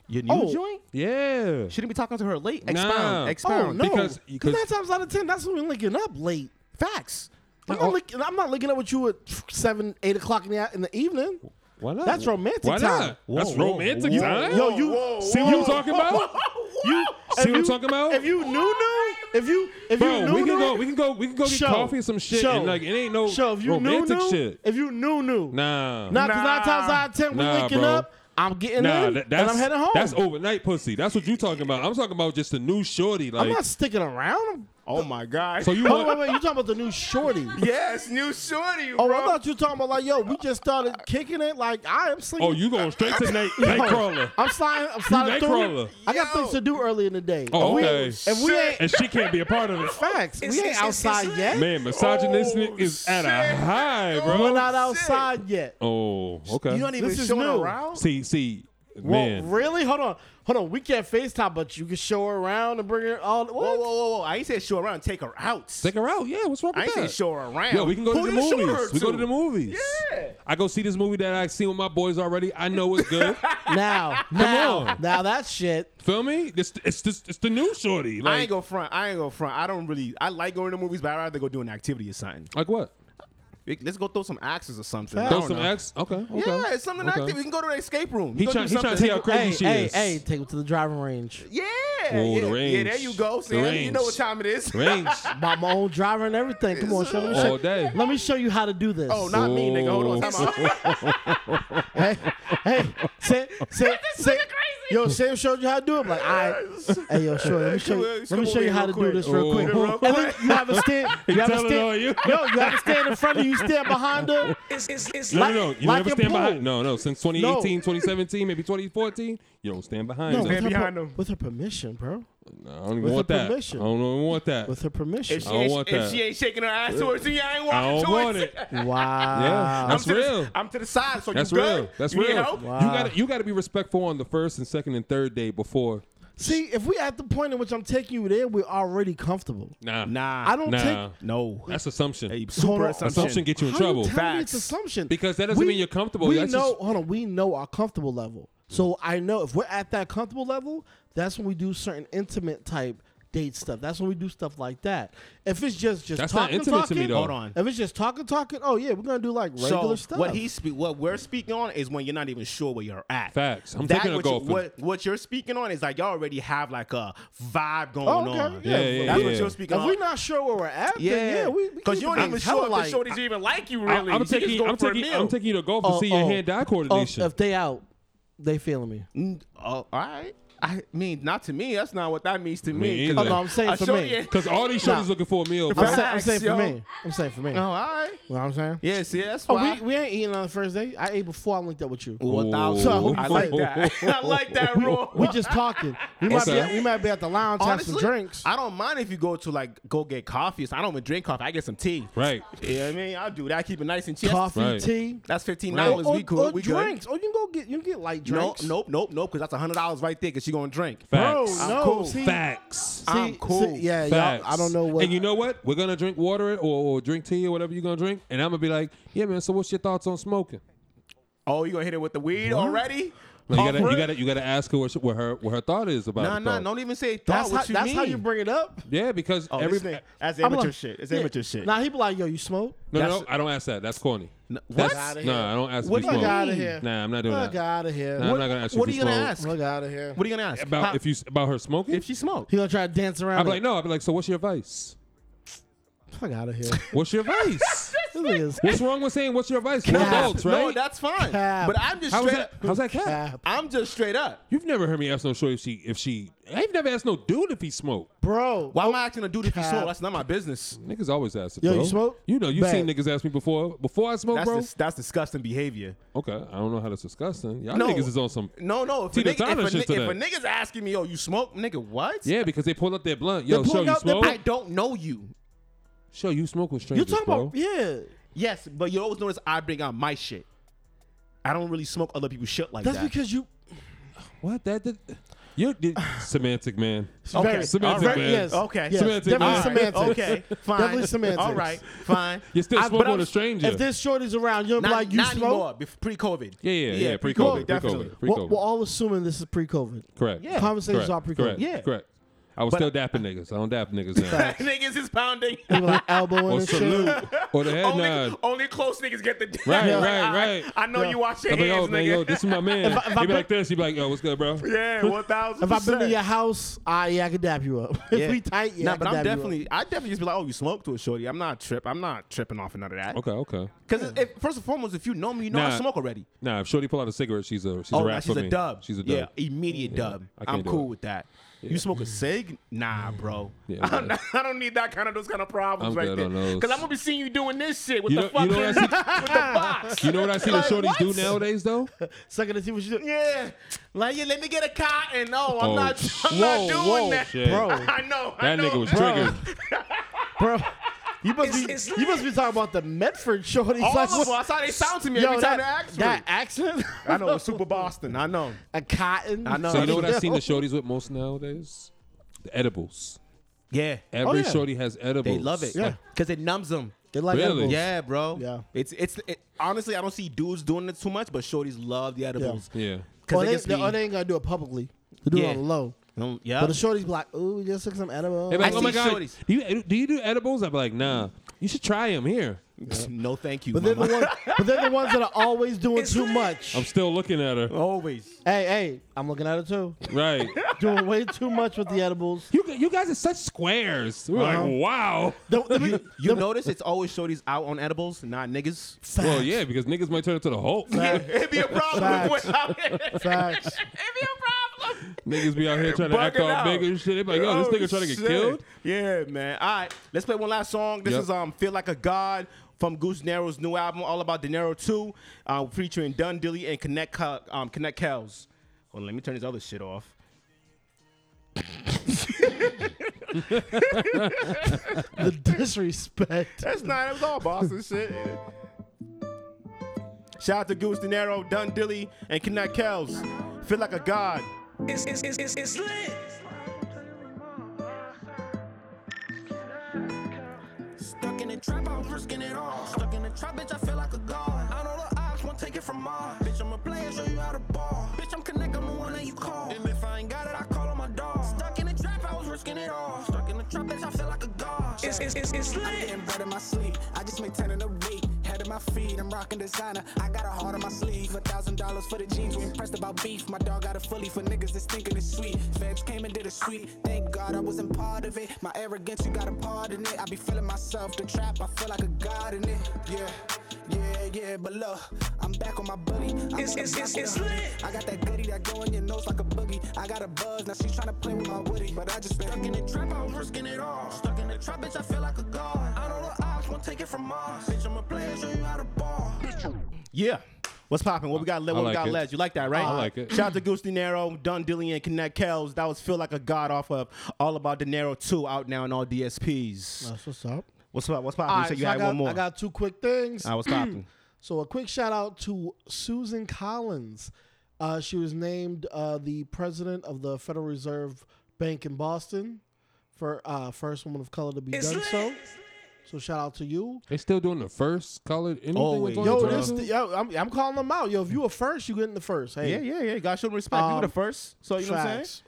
S2: your new
S1: Oh.
S2: joint.
S3: Yeah.
S2: Shouldn't be talking to her late.
S3: Nah.
S2: Expound.
S1: Oh
S2: Expound.
S1: no,
S3: because-
S1: because
S3: because-
S1: nine times out of ten, that's when we're linking up late.
S2: Facts.
S1: I'm
S3: Oh.
S1: not, linking, I'm not linking up with you at seven, eight o'clock in the, in the evening.
S3: Why not?
S1: That's romantic
S3: Why
S1: time.
S3: not? That's
S2: Whoa,
S3: romantic
S2: whoa,
S3: time.
S1: Yo, you
S3: see what I'm talking about?
S1: you
S3: See
S1: if
S3: what I'm
S1: you-
S3: talking about?
S1: If you knew knew, if you if you
S3: Bro,
S1: knew
S3: we can
S1: knew,
S3: go. We can go. We can go get
S1: show,
S3: coffee and some shit.
S1: show,
S3: and like it ain't no
S1: show, if you
S3: romantic
S1: knew, knew,
S3: shit.
S1: If you knew knew,
S3: nah,
S1: Nah, 'cause nine
S2: Nah.
S1: times out of ten, we
S3: Nah,
S1: linking
S3: bro.
S1: up. I'm getting
S3: nah.
S1: in,
S3: That,
S1: and
S3: that's
S1: I'm heading home.
S3: That's overnight pussy. That's what you talking about. I'm talking about just a new shorty. Like
S1: I'm not sticking around.
S2: Oh my god.
S3: so, you
S1: Oh wait,
S3: want
S1: wait, you talking about the new shorty?
S2: yes, new shorty.
S1: Oh,
S2: bro.
S1: I thought you were talking about like, yo, we just started kicking it. Like, I am sleeping.
S3: oh you going straight to night
S1: Yo,
S3: night crawler.
S1: I'm sliding. I'm sliding through.
S3: Nightcrawler.
S1: I got things to do early in the day. If
S3: Oh,
S1: we-
S3: okay.
S1: If we ain't
S3: and she can't be a part of it.
S1: facts,
S4: It's-
S1: we ain't
S4: it's- it's-
S1: outside
S4: it's
S1: yet.
S3: Man, misogynistic
S2: Oh,
S3: is at a
S2: shit.
S3: high, bro.
S1: We're not outside yet.
S3: Oh, okay.
S2: you not even
S1: This is
S2: showing
S1: new.
S2: around.
S3: see, see,
S1: Well,
S3: man.
S1: really? Hold on. Hold on. We can't FaceTime, but you can show her around and bring her all. What?
S2: Whoa, whoa, whoa, whoa! I ain't say show around. Take her out.
S3: Take her out. Yeah, what's wrong with
S2: I ain't
S3: that?
S2: say show her around.
S3: Yo, we can go
S2: Who
S3: to the
S2: you show her
S3: movies. We go to the movies.
S2: Yeah.
S3: I go see this movie that I seen with my boys already. I know it's good.
S1: Now, now,
S3: on.
S1: now that shit.
S3: Feel me? This it's this it's the new shorty. Like,
S2: I ain't go front. I ain't go front. I don't really. I like going to movies, but I'd rather go do an activity or something.
S3: like what?
S2: Like, Let's go throw some axes or something. I
S3: Throw
S1: Oh,
S2: don't
S3: some
S2: know.
S3: ex. Okay. okay.
S2: Yeah, it's something
S3: Okay.
S2: active. We can go to the escape room.
S3: He
S2: Go
S3: tryna-
S2: do
S3: he tryna
S2: something.
S3: see how crazy
S1: hey,
S3: she
S1: hey,
S3: is.
S1: hey, take it to the driving range.
S2: Yeah.
S3: Whoa,
S2: yeah.
S3: the
S2: Yeah,
S3: range.
S2: there you go,
S3: The
S2: Sam. You know
S3: range.
S2: what time it is.
S3: Range
S1: Buy my own driver and everything. Come on, show me.
S3: all day.
S1: Let me show you how to do this.
S2: Oh, not me, nigga. Hold on. Time out.
S1: Hey, hey, Sam, Sam, Sam, yo, Sam showed you how to do it. I'm like, all right, hey, yo, sure. Let me show
S2: Come
S1: you.
S2: on,
S1: Let
S2: come
S1: me show
S2: over
S1: you
S2: here
S1: how to
S2: real
S1: do
S2: quick.
S1: this real
S3: Ooh.
S1: quick.
S2: Real
S1: And then you have a stand. You have a
S3: telling on
S1: stand.
S3: you.
S1: Yo, you have a stand in front of you. You stand behind her.
S4: It's it's it's
S3: No,
S4: lit.
S3: no, no. You
S1: Like
S3: never
S1: in
S3: stand
S1: pool.
S3: behind. No, no. Since 2018, 2017, maybe 2014, you don't stand behind.
S1: No,
S3: them.
S1: with her,
S2: stand behind
S1: per-
S2: him.
S1: with her permission, bro.
S3: No, I don't even
S1: with
S3: want
S1: her
S3: that.
S1: permission.
S3: I don't even want that.
S1: With her permission.
S2: If she,
S3: I don't
S2: ain't,
S3: want
S2: if
S3: that.
S2: she ain't shaking her ass towards me, I ain't walking
S3: I don't
S2: towards
S3: want
S2: you.
S3: it.
S1: Wow.
S3: Yeah,
S2: I'm
S3: that's
S2: to the-
S3: real.
S2: I'm to the side, so
S3: That's
S2: you good?
S3: real. That's
S2: you need
S3: real.
S2: help?
S3: You got you got to be respectful on the first and second and third day before
S1: See, if we at the point in which I'm taking you there, we're already comfortable.
S3: Nah,
S2: Nah,
S1: I don't
S3: Nah.
S1: take.
S2: No,
S3: That's assumption.
S2: a
S1: Hold
S2: super
S1: on.
S2: assumption.
S3: Assumption get you in
S1: How
S3: trouble.
S1: You telling me it's
S2: Facts.
S1: assumption
S3: Because that doesn't mean you're comfortable.
S1: We
S3: That's
S1: know.
S3: just-
S1: hold on. We know our comfortable level. So I know if we're at that comfortable level, that's when we do certain intimate type date stuff. That's when we do stuff like that. If it's just just
S3: That's not
S1: talking,
S3: intimate to
S1: talking,
S3: me, though.
S2: Hold on.
S1: If it's just talking, talking, oh yeah, we're gonna do like regular
S2: so
S1: stuff.
S2: what he speak, what we're speaking on is when you're not even sure where you're at.
S3: Facts. I'm
S2: that
S3: thinking of
S2: what,
S3: golfing.
S2: You, what what you're speaking on is like y'all already have like a vibe going
S1: Oh, okay.
S2: on.
S1: Yeah, Yeah,
S3: yeah,
S2: That's
S3: yeah.
S2: what you're speaking
S1: if
S2: on.
S1: we're not sure where we're at, yeah,
S2: uh, yeah,
S1: then yeah, we
S2: because you
S1: are
S2: don't even
S1: hell
S2: sure if
S1: like
S2: the shorties even like you
S3: I-
S2: really. She
S3: I'm
S2: just
S3: taking.
S2: going
S3: I'm
S2: for a
S3: taking.
S2: meal.
S3: I'm taking you to golf to see your hand-eye coordination.
S1: Oh, if they out, they feeling me.
S2: Mm, Oh, all right. I mean, not to me. That's not what that means to
S3: Me
S2: me.
S3: either.
S1: Oh, no, I'm saying
S2: I
S1: for
S2: show
S1: me.
S2: you-
S3: Because all these shorties looking for a meal.
S1: I'm,
S3: bro.
S1: saying, I'm
S2: Facts,
S1: saying for
S2: yo.
S1: me. I'm saying for me.
S2: Oh, all right.
S1: You know what I'm saying?
S2: Yeah, see, that's
S1: Oh,
S2: why.
S1: we, we ain't eating on the first day. I ate before I linked up with you.
S2: One thousand.
S1: So-
S2: I like that. I like that rule.
S1: We just talking. We might, be
S3: Okay.
S1: at, we might be at the lounge have some
S2: Honestly,
S1: drinks.
S2: I don't mind if you go to like go get coffee. So I don't even drink coffee. I get some tea.
S3: Right.
S2: You know what I mean? I'll do that. Keep it nice and chill.
S1: Coffee,
S3: Right.
S1: tea,
S2: That's fifteen
S1: or,
S2: dollars. We
S1: or-
S2: cool.
S1: or
S2: we
S1: drinks. Or you can go get you can get light
S2: good. Nope,
S1: drinks.
S2: nope, nope, nope. Because that's hundred dollars right there. Cause she gonna drink.
S1: bro,
S3: Facts.
S1: no.
S2: cool.
S1: See,
S3: Facts.
S1: see-
S2: I'm cool.
S1: see- yeah, y'all,
S3: Facts.
S1: I don't know what.
S3: And you know what? We're gonna drink water or, or drink tea or whatever you're gonna drink, and I'm gonna be like, "Yeah, man. So what's your thoughts on smoking?"
S2: Oh, you gonna hit it with the weed already?
S3: Like, you gotta,
S2: Offer
S3: you
S2: it?
S3: gotta, you gotta ask her what, she, what her what her thought is about.
S2: Nah,
S3: it,
S2: nah.
S3: though.
S2: Don't even say
S1: that's
S2: thought.
S1: how,
S2: what you
S1: that's
S2: mean?
S1: how you bring it up.
S3: Yeah, because
S2: Oh,
S3: every
S2: this nigga- that's
S1: I'm
S2: amateur
S1: like-
S2: shit. It's
S1: yeah.
S2: amateur shit.
S1: Nah, he be like, yo, you smoke?
S3: no, no,
S2: that's-
S3: no, I don't ask that. That's corny.
S2: N- what?
S3: That's,
S1: Outta here.
S3: nah, I don't ask. if
S2: What
S3: you
S2: the
S1: Fuck
S3: smoke.
S2: hell?
S1: out of here.
S3: Nah, I'm not doing
S1: Fuck
S3: that.
S1: out of here.
S3: Nah, I'm not gonna ask you
S2: what
S3: if
S2: are you gonna
S3: smoke.
S2: ask?
S1: Fuck out of here.
S2: What are you gonna ask
S3: about
S2: How-
S3: if you s- about her smoking?
S2: if she smoked?
S1: He gonna try to dance around.
S3: I'd be
S1: it.
S3: like, no. I'd be like, so what's your advice?
S1: Fuck out of here.
S3: What's your
S1: This
S3: advice?
S1: nigga's
S3: what's wrong with saying what's your advice? We're adults, right?
S2: No, that's fine.
S1: Cap.
S2: But I'm just
S3: How's
S2: straight.
S3: that?
S2: Up.
S3: How's that? Cat?
S1: cap.
S2: I'm just straight up.
S3: You've never heard me ask no shorty if she if she. I've never asked no dude if he smoked.
S1: Bro,
S2: Why am I asking a dude if he
S1: Cap.
S2: smoke? That's not my business.
S3: Niggas always ask it.
S1: Yo, you
S3: bro.
S1: smoke?
S3: You know, you've
S1: Bet.
S3: seen niggas ask me before. Before I smoke,
S2: That's
S3: bro.
S2: dis- that's disgusting behavior.
S3: Okay, I don't know how that's disgusting. Y'all
S2: No.
S3: niggas is on some.
S2: No, no. If, a,
S3: Tina
S2: nigga,
S3: Turner
S2: if, a,
S3: shit
S2: ni- if
S3: today.
S2: a nigga's asking me, yo, you smoke, nigga, what?
S3: Yeah, because they pull up their blunt. Yo, show
S1: pulling
S3: you
S1: out their
S3: smoke.
S2: I don't know you.
S3: Show you smoke with
S1: you
S3: strangers,
S1: talking
S3: bro.
S1: about? Yeah.
S2: Yes, but you always notice I bring out my shit. I don't really smoke other people's shit like
S1: That's
S2: that.
S1: because you.
S3: What that? Did, you did, semantic man.
S1: Okay.
S2: Okay.
S3: Semantic
S2: All right.
S3: man.
S1: Yes.
S2: Okay.
S1: Yes.
S3: Semantics.
S1: Definitely
S3: All right.
S1: semantics.
S2: Okay, fine.
S1: Definitely semantics.
S2: All right, fine.
S3: You're still
S2: I- but
S3: smoking
S2: I'm-
S3: with a stranger.
S1: If there's shorties around, you'll be
S2: Not,
S1: like, you
S2: not anymore.
S1: smoke?
S2: bef- Pre-COVID.
S3: yeah, yeah, yeah.
S2: pre-COVID,
S3: Pre-COVID, pre-COVID,
S2: definitely.
S1: We're,
S3: pre-COVID.
S1: we're all assuming this is pre COVID.
S3: correct.
S2: Yeah.
S1: Conversations
S3: correct.
S1: are pre-COVID.
S3: Correct.
S2: Yeah.
S3: Correct. I was
S2: But-
S3: still dapping niggas. I don't dap niggas now.
S2: Niggas is pounding.
S1: You'll be like elbowing
S3: or
S1: and shit.
S3: salute. or the head
S2: Only,
S3: nod.
S2: only close niggas get the.
S3: Right,
S2: Like,
S3: right,
S2: I-
S3: right.
S2: I, know you watch your
S3: I'm like,
S2: hands,
S3: yo, man, yo,
S2: nigga.
S3: this is my man.
S1: I- if I
S3: He'd be
S1: been-
S3: like this. He'd be like, yo, what's good, bro?
S2: yeah, one thousand.
S1: If I've been to your house, ah, yeah, I could dab you up. if we tight, yeah, I
S2: nah,
S1: could
S2: but
S1: dab
S2: I'm
S1: you up.
S2: definitely, I definitely just be like, oh, you smoked to a shorty. I'm not trip. I'm not tripping off of none of that.
S3: Okay, okay.
S2: Because first and foremost, if you know me, you know I
S3: Nah.
S2: smoke already.
S3: Nah, if Shorty pull out a cigarette, she's a she's
S2: oh,
S3: a
S2: nah,
S3: rap
S2: she's
S3: for
S2: a
S3: me.
S2: dub.
S3: She's a
S2: Yeah,
S3: dub.
S2: immediate dub.
S3: I
S2: I'm
S3: can't do
S2: cool
S3: it.
S2: with that. You smoke a cig? Nah, bro.
S3: Yeah,
S2: I'm
S3: nah.
S2: not- I don't need that kind of those kind of problems
S3: I'm
S2: right
S3: good
S2: there.
S3: on those.
S2: Because I'm gonna be seeing you doing this shit with
S3: You
S2: the
S3: know- you
S2: fucking
S3: know what I
S2: with
S3: see?
S2: the box.
S3: You know what I see
S2: Like,
S3: the shorties
S2: what?
S3: do nowadays though?
S1: Sucking to see what you do.
S2: Yeah, like yeah, let me get a cotton. No, I'm
S3: Oh,
S2: not. I'm
S3: shit.
S2: not
S3: Whoa,
S2: doing
S3: whoa,
S2: that,
S3: shit. Bro.
S2: I know. I
S3: That
S2: know.
S3: nigga was triggered.
S1: Bro, you must, be,
S4: it's
S1: you must be talking about the Medford shorties.
S2: All
S1: like,
S2: of
S1: what-
S2: them. I saw they sound to me
S1: Yo,
S2: every time
S1: that,
S2: they asked me.
S1: that accent?
S2: I know, Super Boston. I know.
S1: a cotton.
S2: I know.
S3: So you know what I've seen the
S1: Yo.
S3: shorties with most nowadays? The edibles.
S2: Oh, Yeah,
S3: Every
S1: yeah.
S3: shorty has edibles.
S2: they love it.
S1: Yeah.
S2: because it numbs them.
S1: They like
S3: Really?
S1: edibles.
S2: Yeah, bro.
S1: Yeah.
S2: It's it's it, honestly, I don't see dudes doing it too much, but shorties love the edibles.
S3: Yeah.
S1: Or
S2: they
S1: they,
S2: just be-
S1: or they ain't gonna do it publicly. They do
S2: Yeah.
S1: it on the low.
S2: Um, yeah.
S1: But the shorties be like, ooh, just took some edibles.
S3: They be like,
S2: I
S3: oh my
S2: see
S3: god,
S2: shorties.
S3: do you do you do edibles? I'd be like, nah. You should try them here.
S2: Pfft, No, thank you.
S1: But they're, the
S2: mama.
S1: ones, but they're the ones that are always doing too much.
S3: I'm still looking at her.
S2: Always.
S1: Hey, hey, I'm looking at it too.
S3: Right.
S1: Doing way too much with the edibles.
S3: you g- you guys are such squares. We We're
S1: Uh-huh.
S3: like, wow.
S1: The, the,
S2: You notice it's always shorties out on edibles, not niggas.
S1: facts,
S3: Well, yeah, because niggas might turn into the Hulk.
S2: It'd be a problem. if
S1: Facts.
S2: we're out here. It'd
S1: facts.
S2: be a problem.
S3: niggas be out here trying to act
S2: Bugging
S3: all
S2: out.
S3: big and shit. They be like, yo, this
S2: Oh,
S3: nigga trying to get
S2: shit.
S3: killed.
S2: Yeah, man. All right, let's play one last song. This
S3: Yep.
S2: is um "Feel Like a God" from Goose Naro's new album, all about De Niro Two, uh, featuring Dun Dilly and Connect Cal- um Connect Kells. Hold on, let me turn this other shit off.
S1: The disrespect.
S2: That's not. It was all Boston shit. Shout out to Goose De Niro, Dun Dilly, and Connect Kells. Feel like a God.
S4: It's, it's, it's, it's, it's lit.
S5: Stuck in the trap, I'm risking it all. Stuck in the trap, bitch, I feel like a god. I know the odds won't take it from all. Bitch, I'm a player, show you how to ball. Bitch, I'm connect, I'm the one that you call. And if I ain't got it, I call on my dog. Stuck in the trap, I was risking it all. Stuck in the trap, bitch, I feel like a god.
S4: It's, it's, it's, it's
S5: I'm
S4: lit.
S5: getting bread in my sleep. I just made 10 in a week. Head in my feet, I'm rocking designer. I got a heart on my sleeve. A thousand dollars for the jeans. We impressed about beef. My dog got a fully for niggas that's thinking it's sweet. Feds came and did a sweet. Thank God I wasn't part of it. My arrogance, you gotta pardon it. I be feeling myself. The trap, I feel like a god in it. Yeah, yeah, yeah. But look, I'm back on my buddy. I'm
S4: It's-
S5: on the
S4: it's-
S5: block
S4: it's-
S5: with
S4: it's
S5: a
S4: lit.
S5: hoodie. I got that goodie that go in your nose like a boogie. I got a buzz, now she tryna play with my woody. But I just been stuck in the trap, I'm risking it all. Stuck in the trap, bitch, I feel like a god. I know the odds won't take it from us. Bitch, I'm a player, show you how to ball.
S2: Yeah. What's popping? What we got? What
S3: I
S2: we
S3: like
S2: got
S3: it.
S2: led? You like that, right?
S3: I like it.
S2: Shout out to Goose Dinero, Don Dillian, and Connect Kells. That was feel like a god off of All About Dinero Two, out now in all DSPs.
S1: That's what's up.
S2: What's up? What's popping?
S1: Uh, All
S2: you
S1: right,
S2: said you
S1: so I
S2: had
S1: got,
S2: one more.
S1: I got two quick things.
S2: All right, what's popping?
S1: So a quick shout out to Susan Collins. Uh, she was named uh, the president of the Federal Reserve Bank in Boston for uh, first woman of color to be
S4: It's
S1: done
S4: lit.
S1: so. So shout out to you.
S3: They still doing the first colored anything?
S2: Always.
S3: on
S1: Oh, Yo,
S3: the
S1: this
S3: job?
S1: the, yo, I'm, I'm calling them out. Yo, if you were first, you getting the first. Hey,
S2: yeah, yeah, yeah. Got some respect. you
S1: Um,
S2: were the first, so you know what I'm
S1: facts.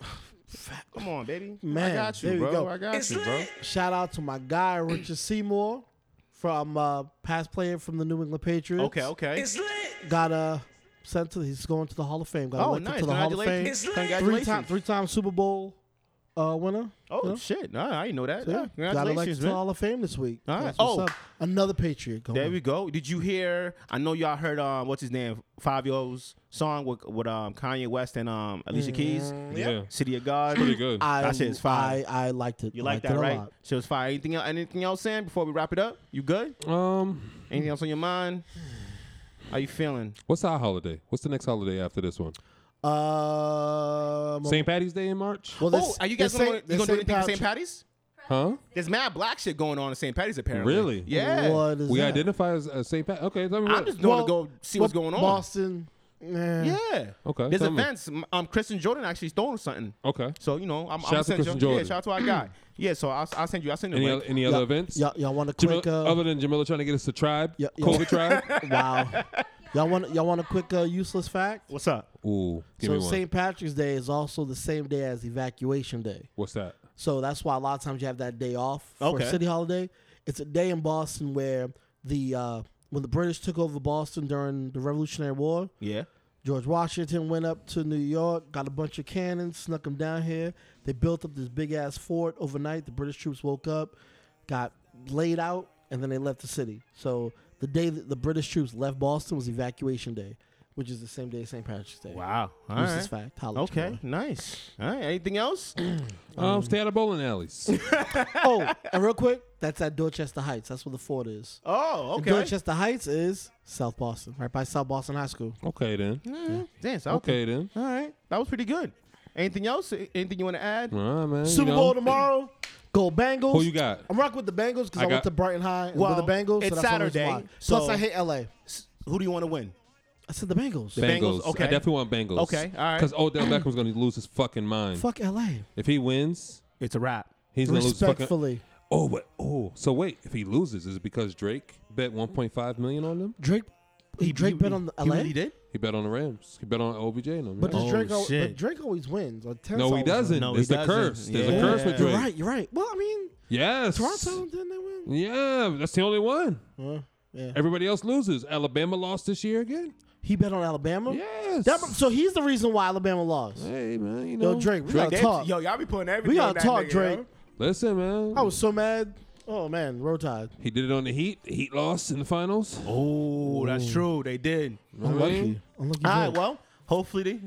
S2: saying. Come on, baby.
S1: Man,
S2: I got you,
S1: there you
S2: bro.
S1: go.
S2: I got
S4: It's
S2: you, bro.
S4: lit.
S1: Shout out to my guy Richard Seymour from uh, past player from the New England Patriots.
S2: Okay, okay.
S4: It's lit.
S1: Got uh, sent to he's going to the Hall of Fame. Got
S2: oh,
S1: elected
S2: nice.
S1: to the Hall of Fame.
S2: Congratulations.
S4: It's lit.
S1: three
S2: Congratulations.
S1: time three time Super Bowl uh, winner.
S2: Oh
S1: You know?
S2: shit! Nah, I didn't know that.
S1: So,
S2: Yeah,
S1: yeah, got elected
S2: Congratulations,
S1: to the
S2: man.
S1: Hall of Fame this week.
S2: All right.
S1: That's what's
S2: Oh.
S1: up. another Patriot. Going.
S2: There we go. Did you hear? I know y'all heard. Um, what's his name? Five Yo's song with with um Kanye West and um
S1: Mm,
S2: Alicia Keys.
S3: Yeah.
S2: City of God.
S3: Pretty good.
S1: I,
S2: That shit is fire.
S1: I, I liked it.
S2: You
S1: I
S2: like
S1: liked
S2: that,
S1: it a
S2: right?
S1: lot.
S2: She was fire. Anything else? Anything else, Sam? Before we wrap it up, you good?
S3: um,
S2: Anything else on your mind? How you feeling?
S3: what's our holiday? What's the next holiday after this one?
S1: Um,
S3: St. Patty's Day in March?
S1: Well,
S2: oh, are you guys gonna, you gonna do anything for St. Patty's?
S3: Huh?
S2: There's mad black shit going on in St. Patty's apparently.
S3: Really?
S2: Yeah.
S1: What is
S3: We
S1: that?
S3: identify as uh, St. Pat. Okay, tell me
S2: I'm
S3: what.
S2: just going to
S1: Well,
S2: go see what's
S1: Well,
S2: going on.
S1: Boston. Yeah.
S2: Yeah.
S3: Okay,
S2: There's
S3: tell me.
S2: events. M- Um, Kristen Jordan actually stole something.
S3: okay.
S2: So you know, I'm,
S3: Shout
S2: I'm
S3: out to
S2: send
S3: Kristen
S2: you- Yeah,
S3: Jordan.
S2: shout out to our guy. Yeah, so I'll, I'll send you. I'll send you.
S3: Any,
S2: the
S3: other,
S2: link.
S3: any other events?
S1: Y'all, y'all want a
S3: Jamil-
S1: quick? Uh,
S3: other than Jamila trying to get us to tribe,
S1: Yeah, yeah.
S3: COVID tribe.
S1: wow. Y'all want y'all want a quick uh, useless fact?
S2: What's up?
S3: Ooh, give me
S1: so
S3: one.
S1: St. Patrick's Day is also the same day as Evacuation Day.
S3: What's that?
S1: So that's why a lot of times you have that day off for
S2: Okay.
S1: city holiday. It's a day in Boston where the uh, when the British took over Boston during the Revolutionary War,
S2: Yeah.
S1: George Washington went up to New York, got a bunch of cannons, snuck them down here. They built up this big ass fort overnight. The British troops woke up, got laid out, and then they left the city. So the day that the British troops left Boston was Evacuation Day, which is the same day as St. Patrick's Day.
S2: Wow. All
S1: Useless
S2: right.
S1: fact. Holla at your
S2: Okay.
S1: boy.
S2: Nice. All right. Anything else?
S3: Um, stay out of bowling alleys.
S1: oh, and real quick, that's at Dorchester Heights. That's where the fort is.
S2: Oh,
S1: And
S2: okay.
S1: Dorchester Heights is South Boston, right by South Boston High School.
S3: okay then.
S2: Mm, Damn. so-
S3: Okay then.
S2: All right. That was pretty good. Anything else? A- Anything you want to add?
S3: All right, man. you
S1: Super
S3: know.
S1: Bowl tomorrow. Go Bengals.
S3: Who you got?
S1: I'm rocking with the Bengals because I,
S3: I
S1: went
S3: got-
S1: to Brighton High and
S2: Well,
S1: with the Bengals. so
S2: it's
S1: that's the only reason
S2: Saturday,
S1: why.
S2: so-
S1: Plus, I hate LA.
S2: S- Who do you want to win?
S1: I said the Bengals.
S2: Bengals,
S3: Bengals.
S2: okay.
S3: I definitely want Bengals.
S2: Okay, all right.
S3: Because Odell Beckham's gonna lose his fucking mind.
S1: Fuck LA.
S3: If he wins,
S2: It's a wrap.
S3: he's gonna lose. his Fucking,
S1: Respectfully,
S3: oh, wait, oh. So wait, if he loses, is it because Drake bet 1.5 million on them?
S1: Drake. He, Drake bet on the
S2: He
S1: LA.
S2: really did.
S3: He bet on the Rams. He bet on OBJ and them.
S1: But
S3: yeah.
S1: does Drake? al-
S2: shit.
S1: But Drake always wins. Like, Terrence
S3: no, he
S1: always
S3: doesn't.
S1: wins.
S2: No,
S3: it's
S2: he
S3: the
S2: doesn't.
S3: curse. There's
S2: Yeah.
S3: a curse with
S1: You're
S3: Drake.
S1: right. You're right. Well, I mean,
S3: Yes.
S1: Toronto didn't they win?
S3: Yeah, that's the only one.
S1: yeah.
S3: Everybody else loses. Alabama lost this year again.
S1: He bet on Alabama.
S3: Yes.
S1: That- so he's the reason why Alabama lost.
S3: hey man, you know.
S1: Yo, Drake, we
S3: Drake
S1: gotta talk.
S2: Yo, y'all be putting everything.
S1: we
S2: on
S1: gotta
S2: that
S1: talk,
S2: nigga,
S1: Drake.
S2: yo.
S3: Listen, man.
S1: I was so mad. Oh man, road tide.
S3: he did it on the Heat. The Heat lost in the finals.
S2: Oh, that's true. They did.
S1: Unlucky. Unlucky.
S2: All right.
S1: Drake.
S2: Well, hopefully they,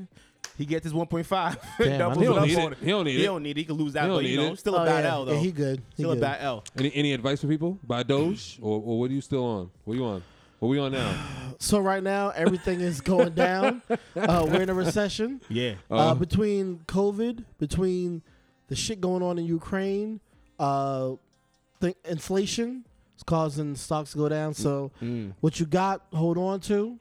S2: he gets his 1.5.
S1: Damn,
S2: Doubles
S1: I
S2: it
S1: don't
S2: up
S3: need
S2: on
S3: it. He don't need
S2: He
S3: it.
S2: don't need it. He can lose that,
S3: He don't
S2: but you
S3: need
S2: know,
S3: it.
S2: still a bad
S1: Oh, yeah.
S2: L though.
S1: Yeah, he good. He
S2: Still a
S1: good.
S2: bad L.
S3: Any any advice for people? Buy Doge or, or what are you still on? What you on? What we on now?
S1: So right now everything is going down. Uh, we're in a recession.
S2: Yeah.
S3: Uh-huh.
S1: Uh, between COVID, between the shit going on in Ukraine, uh, th- inflation is causing stocks to go down. So
S3: Mm,
S1: what you got, hold on to.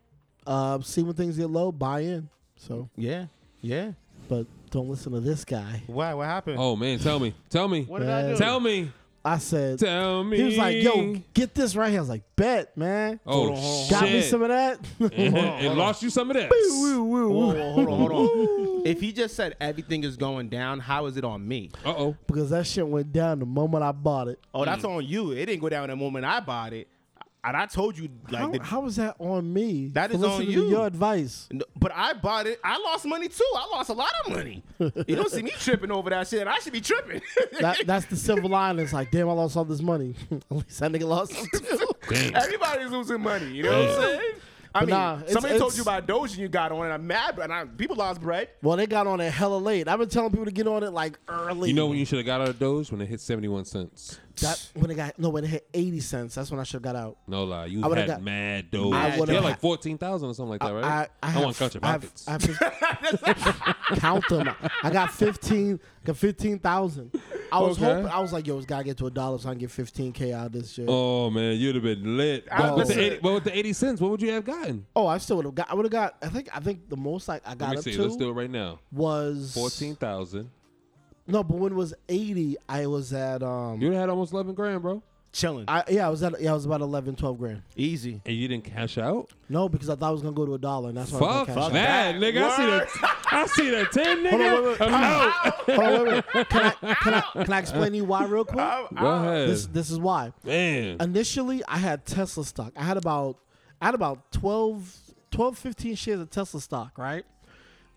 S1: Uh, see when things get low, buy in. So
S2: Yeah. Yeah.
S1: but don't listen to this guy.
S2: Why? What happened?
S3: Oh man, tell me, tell me,
S2: What did I do?
S3: tell me,
S1: I said,
S3: tell me.
S1: he was like, yo, get this right here. I was like, bet, man.
S3: oh shit,
S1: Got me some of that.
S3: and, and lost you some of that.
S2: Whoa, whoa, hold on, hold on. if he just said everything is going down, how is it on me?
S3: Uh oh.
S1: because that shit went down the moment I bought it.
S2: Oh, that's
S3: Mm.
S2: on you. It didn't go down the moment I bought it. And I told you, like,
S1: How,
S2: the-
S1: how is that on me?
S2: That
S1: for
S2: is on
S1: listening
S2: you.
S1: To your advice.
S2: No, But I bought it. I lost money too. I lost a lot of money. You don't see me tripping over that shit. and I should be tripping.
S1: That, that's the silver lining. It's like, damn, I lost all this money. At least that nigga lost it too.
S2: Everybody's losing money. You know what I'm saying? I mean,
S1: nah, it's-
S2: somebody told
S1: it's-
S2: you about Doge and you got on, and I'm mad, and I, people lost bread.
S1: Well, they got on it hella late. I've been telling people to get on it like early.
S3: You know when you should have got out of Doge when it hit seventy one cents.
S1: that, when it got no when it hit eighty cents. That's when I should have got out.
S3: No lie, you
S1: I would've
S3: had
S1: got-
S3: mad Doge.
S1: I
S3: They're
S1: would've
S3: like
S1: ha-
S3: fourteen thousand or something like that, right?
S1: I, I, have,
S3: want to cut your
S1: I have-
S3: pockets.
S1: I have- count them. I got fifteen. Got fifteen thousand. I was
S3: Okay.
S1: hoping. I was like, yo, it's gotta get to a dollar so I can get fifteen k out of this shit.
S3: Oh man, you'd have been lit.
S2: I
S3: But with, the
S2: listen-
S3: 80, but with the eighty cents, what would you have gotten?
S1: Oh, I still would have got. I would have got. I think. I think the most like I
S3: Let
S1: got
S3: me
S1: up
S3: see.
S1: to
S3: Let's do it right now.
S1: was
S3: Fourteen thousand.
S1: No, but when it was eighty, I was at um.
S3: You'd have had almost eleven grand, bro.
S2: Chilling.
S1: I yeah, I was at yeah, I was about 11, 12 grand.
S2: Easy.
S3: And you didn't cash out.
S1: No, because I thought it was gonna go to a dollar, and that's why I
S3: Fuck,
S1: didn't cash out.
S3: that,
S2: that.
S3: nigga. I see
S2: Word.
S3: the, I see the ten, nigga.
S1: on, wait, wait.
S3: I'm out.
S1: Oh, wait, wait. Can I can I can I explain to you why real quick?
S3: Go ahead,
S1: ah. This this is why.
S3: man.
S1: Initially, I had Tesla stock. I had about I had about 12, 12 15 shares of Tesla stock. Right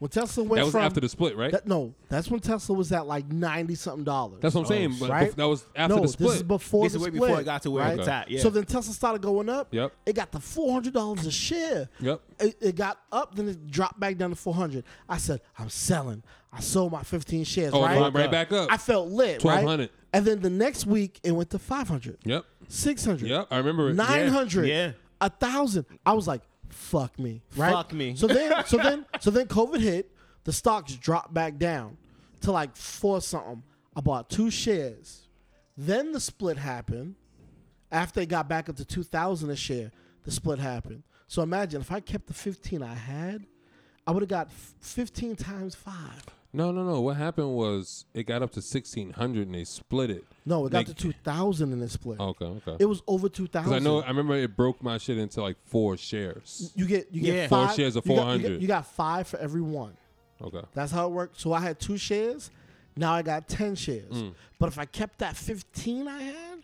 S1: when Tesla went
S3: That was
S1: from
S3: after the split, right?
S1: that, no, that's when Tesla was at like ninety something dollars.
S3: That's what I'm saying. But
S1: Oh, right?
S3: bef- that was after
S1: no,
S3: the split.
S1: this is before
S2: This
S1: the
S2: is way
S1: split.
S2: before it got to where
S1: right?
S2: it's at, yeah.
S1: So then Tesla started going up.
S3: Yep.
S1: It got to four hundred dollars a share.
S3: Yep.
S1: It, it got up, then it dropped back down to four hundred. I said, I'm selling. I sold my fifteen shares.
S3: Oh, it
S1: right,
S3: went right back up.
S1: I felt lit. right?
S3: 1200.
S1: And then the next week, it went to five hundred.
S3: Yep.
S1: Six hundred.
S3: Yep, I remember it. Yeah,
S1: Nine hundred.
S2: yeah.
S1: A thousand. I was like, fuck me. Right.
S2: Fuck me.
S1: So then, so then, so then, COVID hit. The stocks dropped back down to like four something. I bought two shares. Then the split happened. After it got back up to two thousand a share, the split happened. So imagine if I kept the fifteen I had, I would have got f- fifteen times five.
S3: No, no, no. What happened was it got up to sixteen hundred and they split it.
S1: No, it got
S3: Like-
S1: to two thousand in the split.
S3: Okay, okay.
S1: It was over two thousand.
S3: Because Oh, I know I remember it broke my shit into like four shares.
S1: you get you get
S2: Yeah.
S3: Four
S1: five
S3: shares of
S1: you got- You,
S3: 400.
S1: got- you got five for every one.
S3: Okay.
S1: That's how it worked. So I had two shares. Now I got ten shares.
S3: Mm.
S1: But if I kept that fifteen I had,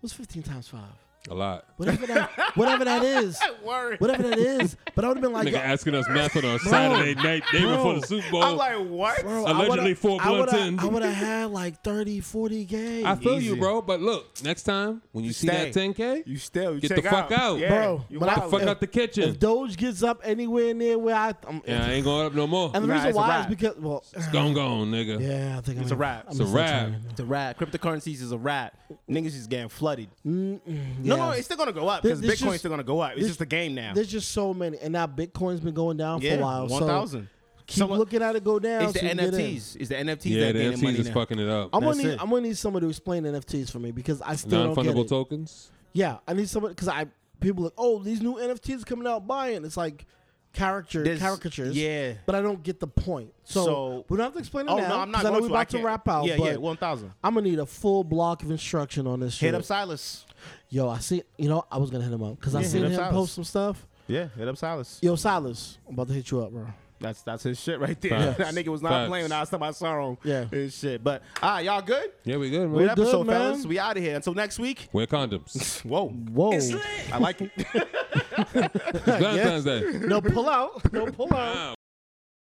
S1: what's fifteen times five?
S3: A lot.
S1: Whatever that, whatever that is,
S2: Word.
S1: whatever that is. But I would have been like, uh,
S3: Nigga
S1: yo,
S3: asking us math on a Saturday night, day before the Super Bowl.
S2: I'm like, what?
S1: bro,
S3: Allegedly four
S1: I would
S3: blunts in.
S1: have, I would have had like 30, 40 games.
S3: I feel
S2: Easy.
S3: you, bro. But look, next time when you see that
S2: Stay.
S3: 10K,
S2: You still you
S3: Get the
S2: check
S3: fuck out.
S2: Yeah,
S1: bro,
S2: you
S1: when I-
S2: wild.
S3: fuck out the kitchen.
S1: If Doge gets up anywhere near where I, I'm,
S3: yeah, I ain't going up no more.
S1: and the
S2: Nah,
S1: reason
S2: it's a
S1: why is
S2: wrap.
S1: because well,
S3: Gone, gone, nigga.
S1: yeah, I think
S2: It's
S1: I'm
S2: a wrap.
S1: I'm
S3: It's a
S1: just not
S3: wrap.
S1: trying to-
S2: It's a wrap. Cryptocurrencies is a wrap. Niggas is getting flooded. No, no,
S1: yeah.
S2: it's still gonna go up
S1: Th-
S2: because
S1: this
S2: Bitcoin's
S1: just-
S2: still gonna go up. It's
S1: this-
S2: just a game now.
S1: There's just so many, and now Bitcoin's been going down
S2: Yeah,
S1: for a while. so
S2: 1,000.
S1: Keep
S2: Someone-
S1: looking at it go down.
S2: uh, it's the
S1: so you get in.
S2: NFTs. It's the NFTs
S3: Yeah,
S2: that
S3: the
S2: gaining money
S3: NFTs is
S2: now.
S3: fucking it up.
S1: I'm gonna
S2: That's
S1: need
S2: it.
S1: I'm gonna need someone to explain NFTs for me because I still
S3: Non
S1: don't get
S3: fundable
S1: it.
S3: tokens.
S1: yeah, I need someone because I people like oh these new NFTs coming out buying it's like character
S2: There's-
S1: caricatures
S2: yeah.
S1: but I don't get the point so,
S2: So-
S1: we don't have to explain it
S2: Oh
S1: now
S2: no, I'm not
S1: 'cause I
S2: going
S1: know we're
S2: to. I
S1: about to
S2: can't.
S1: wrap out
S2: Yeah,
S1: but
S2: yeah, one thousand.
S1: I'm gonna need a full block of instruction on this shit
S2: Hit up Silas.
S1: yo I see you know I was gonna hit him up because I
S2: Yeah,
S1: seen
S2: hit up
S1: him
S2: Silas.
S1: post some stuff
S2: Yeah, hit up Silas.
S1: yo Silas I'm about to hit you up bro
S2: That's that's his shit right there.
S3: Facts.
S2: that nigga was not
S3: Facts.
S2: playing. when I was talking about sorrow.
S1: Yeah.
S2: his shit. But ah, y'all good?
S3: Yeah, we good,
S2: Good
S3: man.
S1: good,
S2: episode,
S1: man.
S2: fellas. We out of here. Until next week.
S3: Wear condoms.
S2: Whoa,
S1: whoa
S4: It's lit.
S2: I like it.
S3: It's Valentine's Day.
S1: no pull out no pull out.
S3: Wow.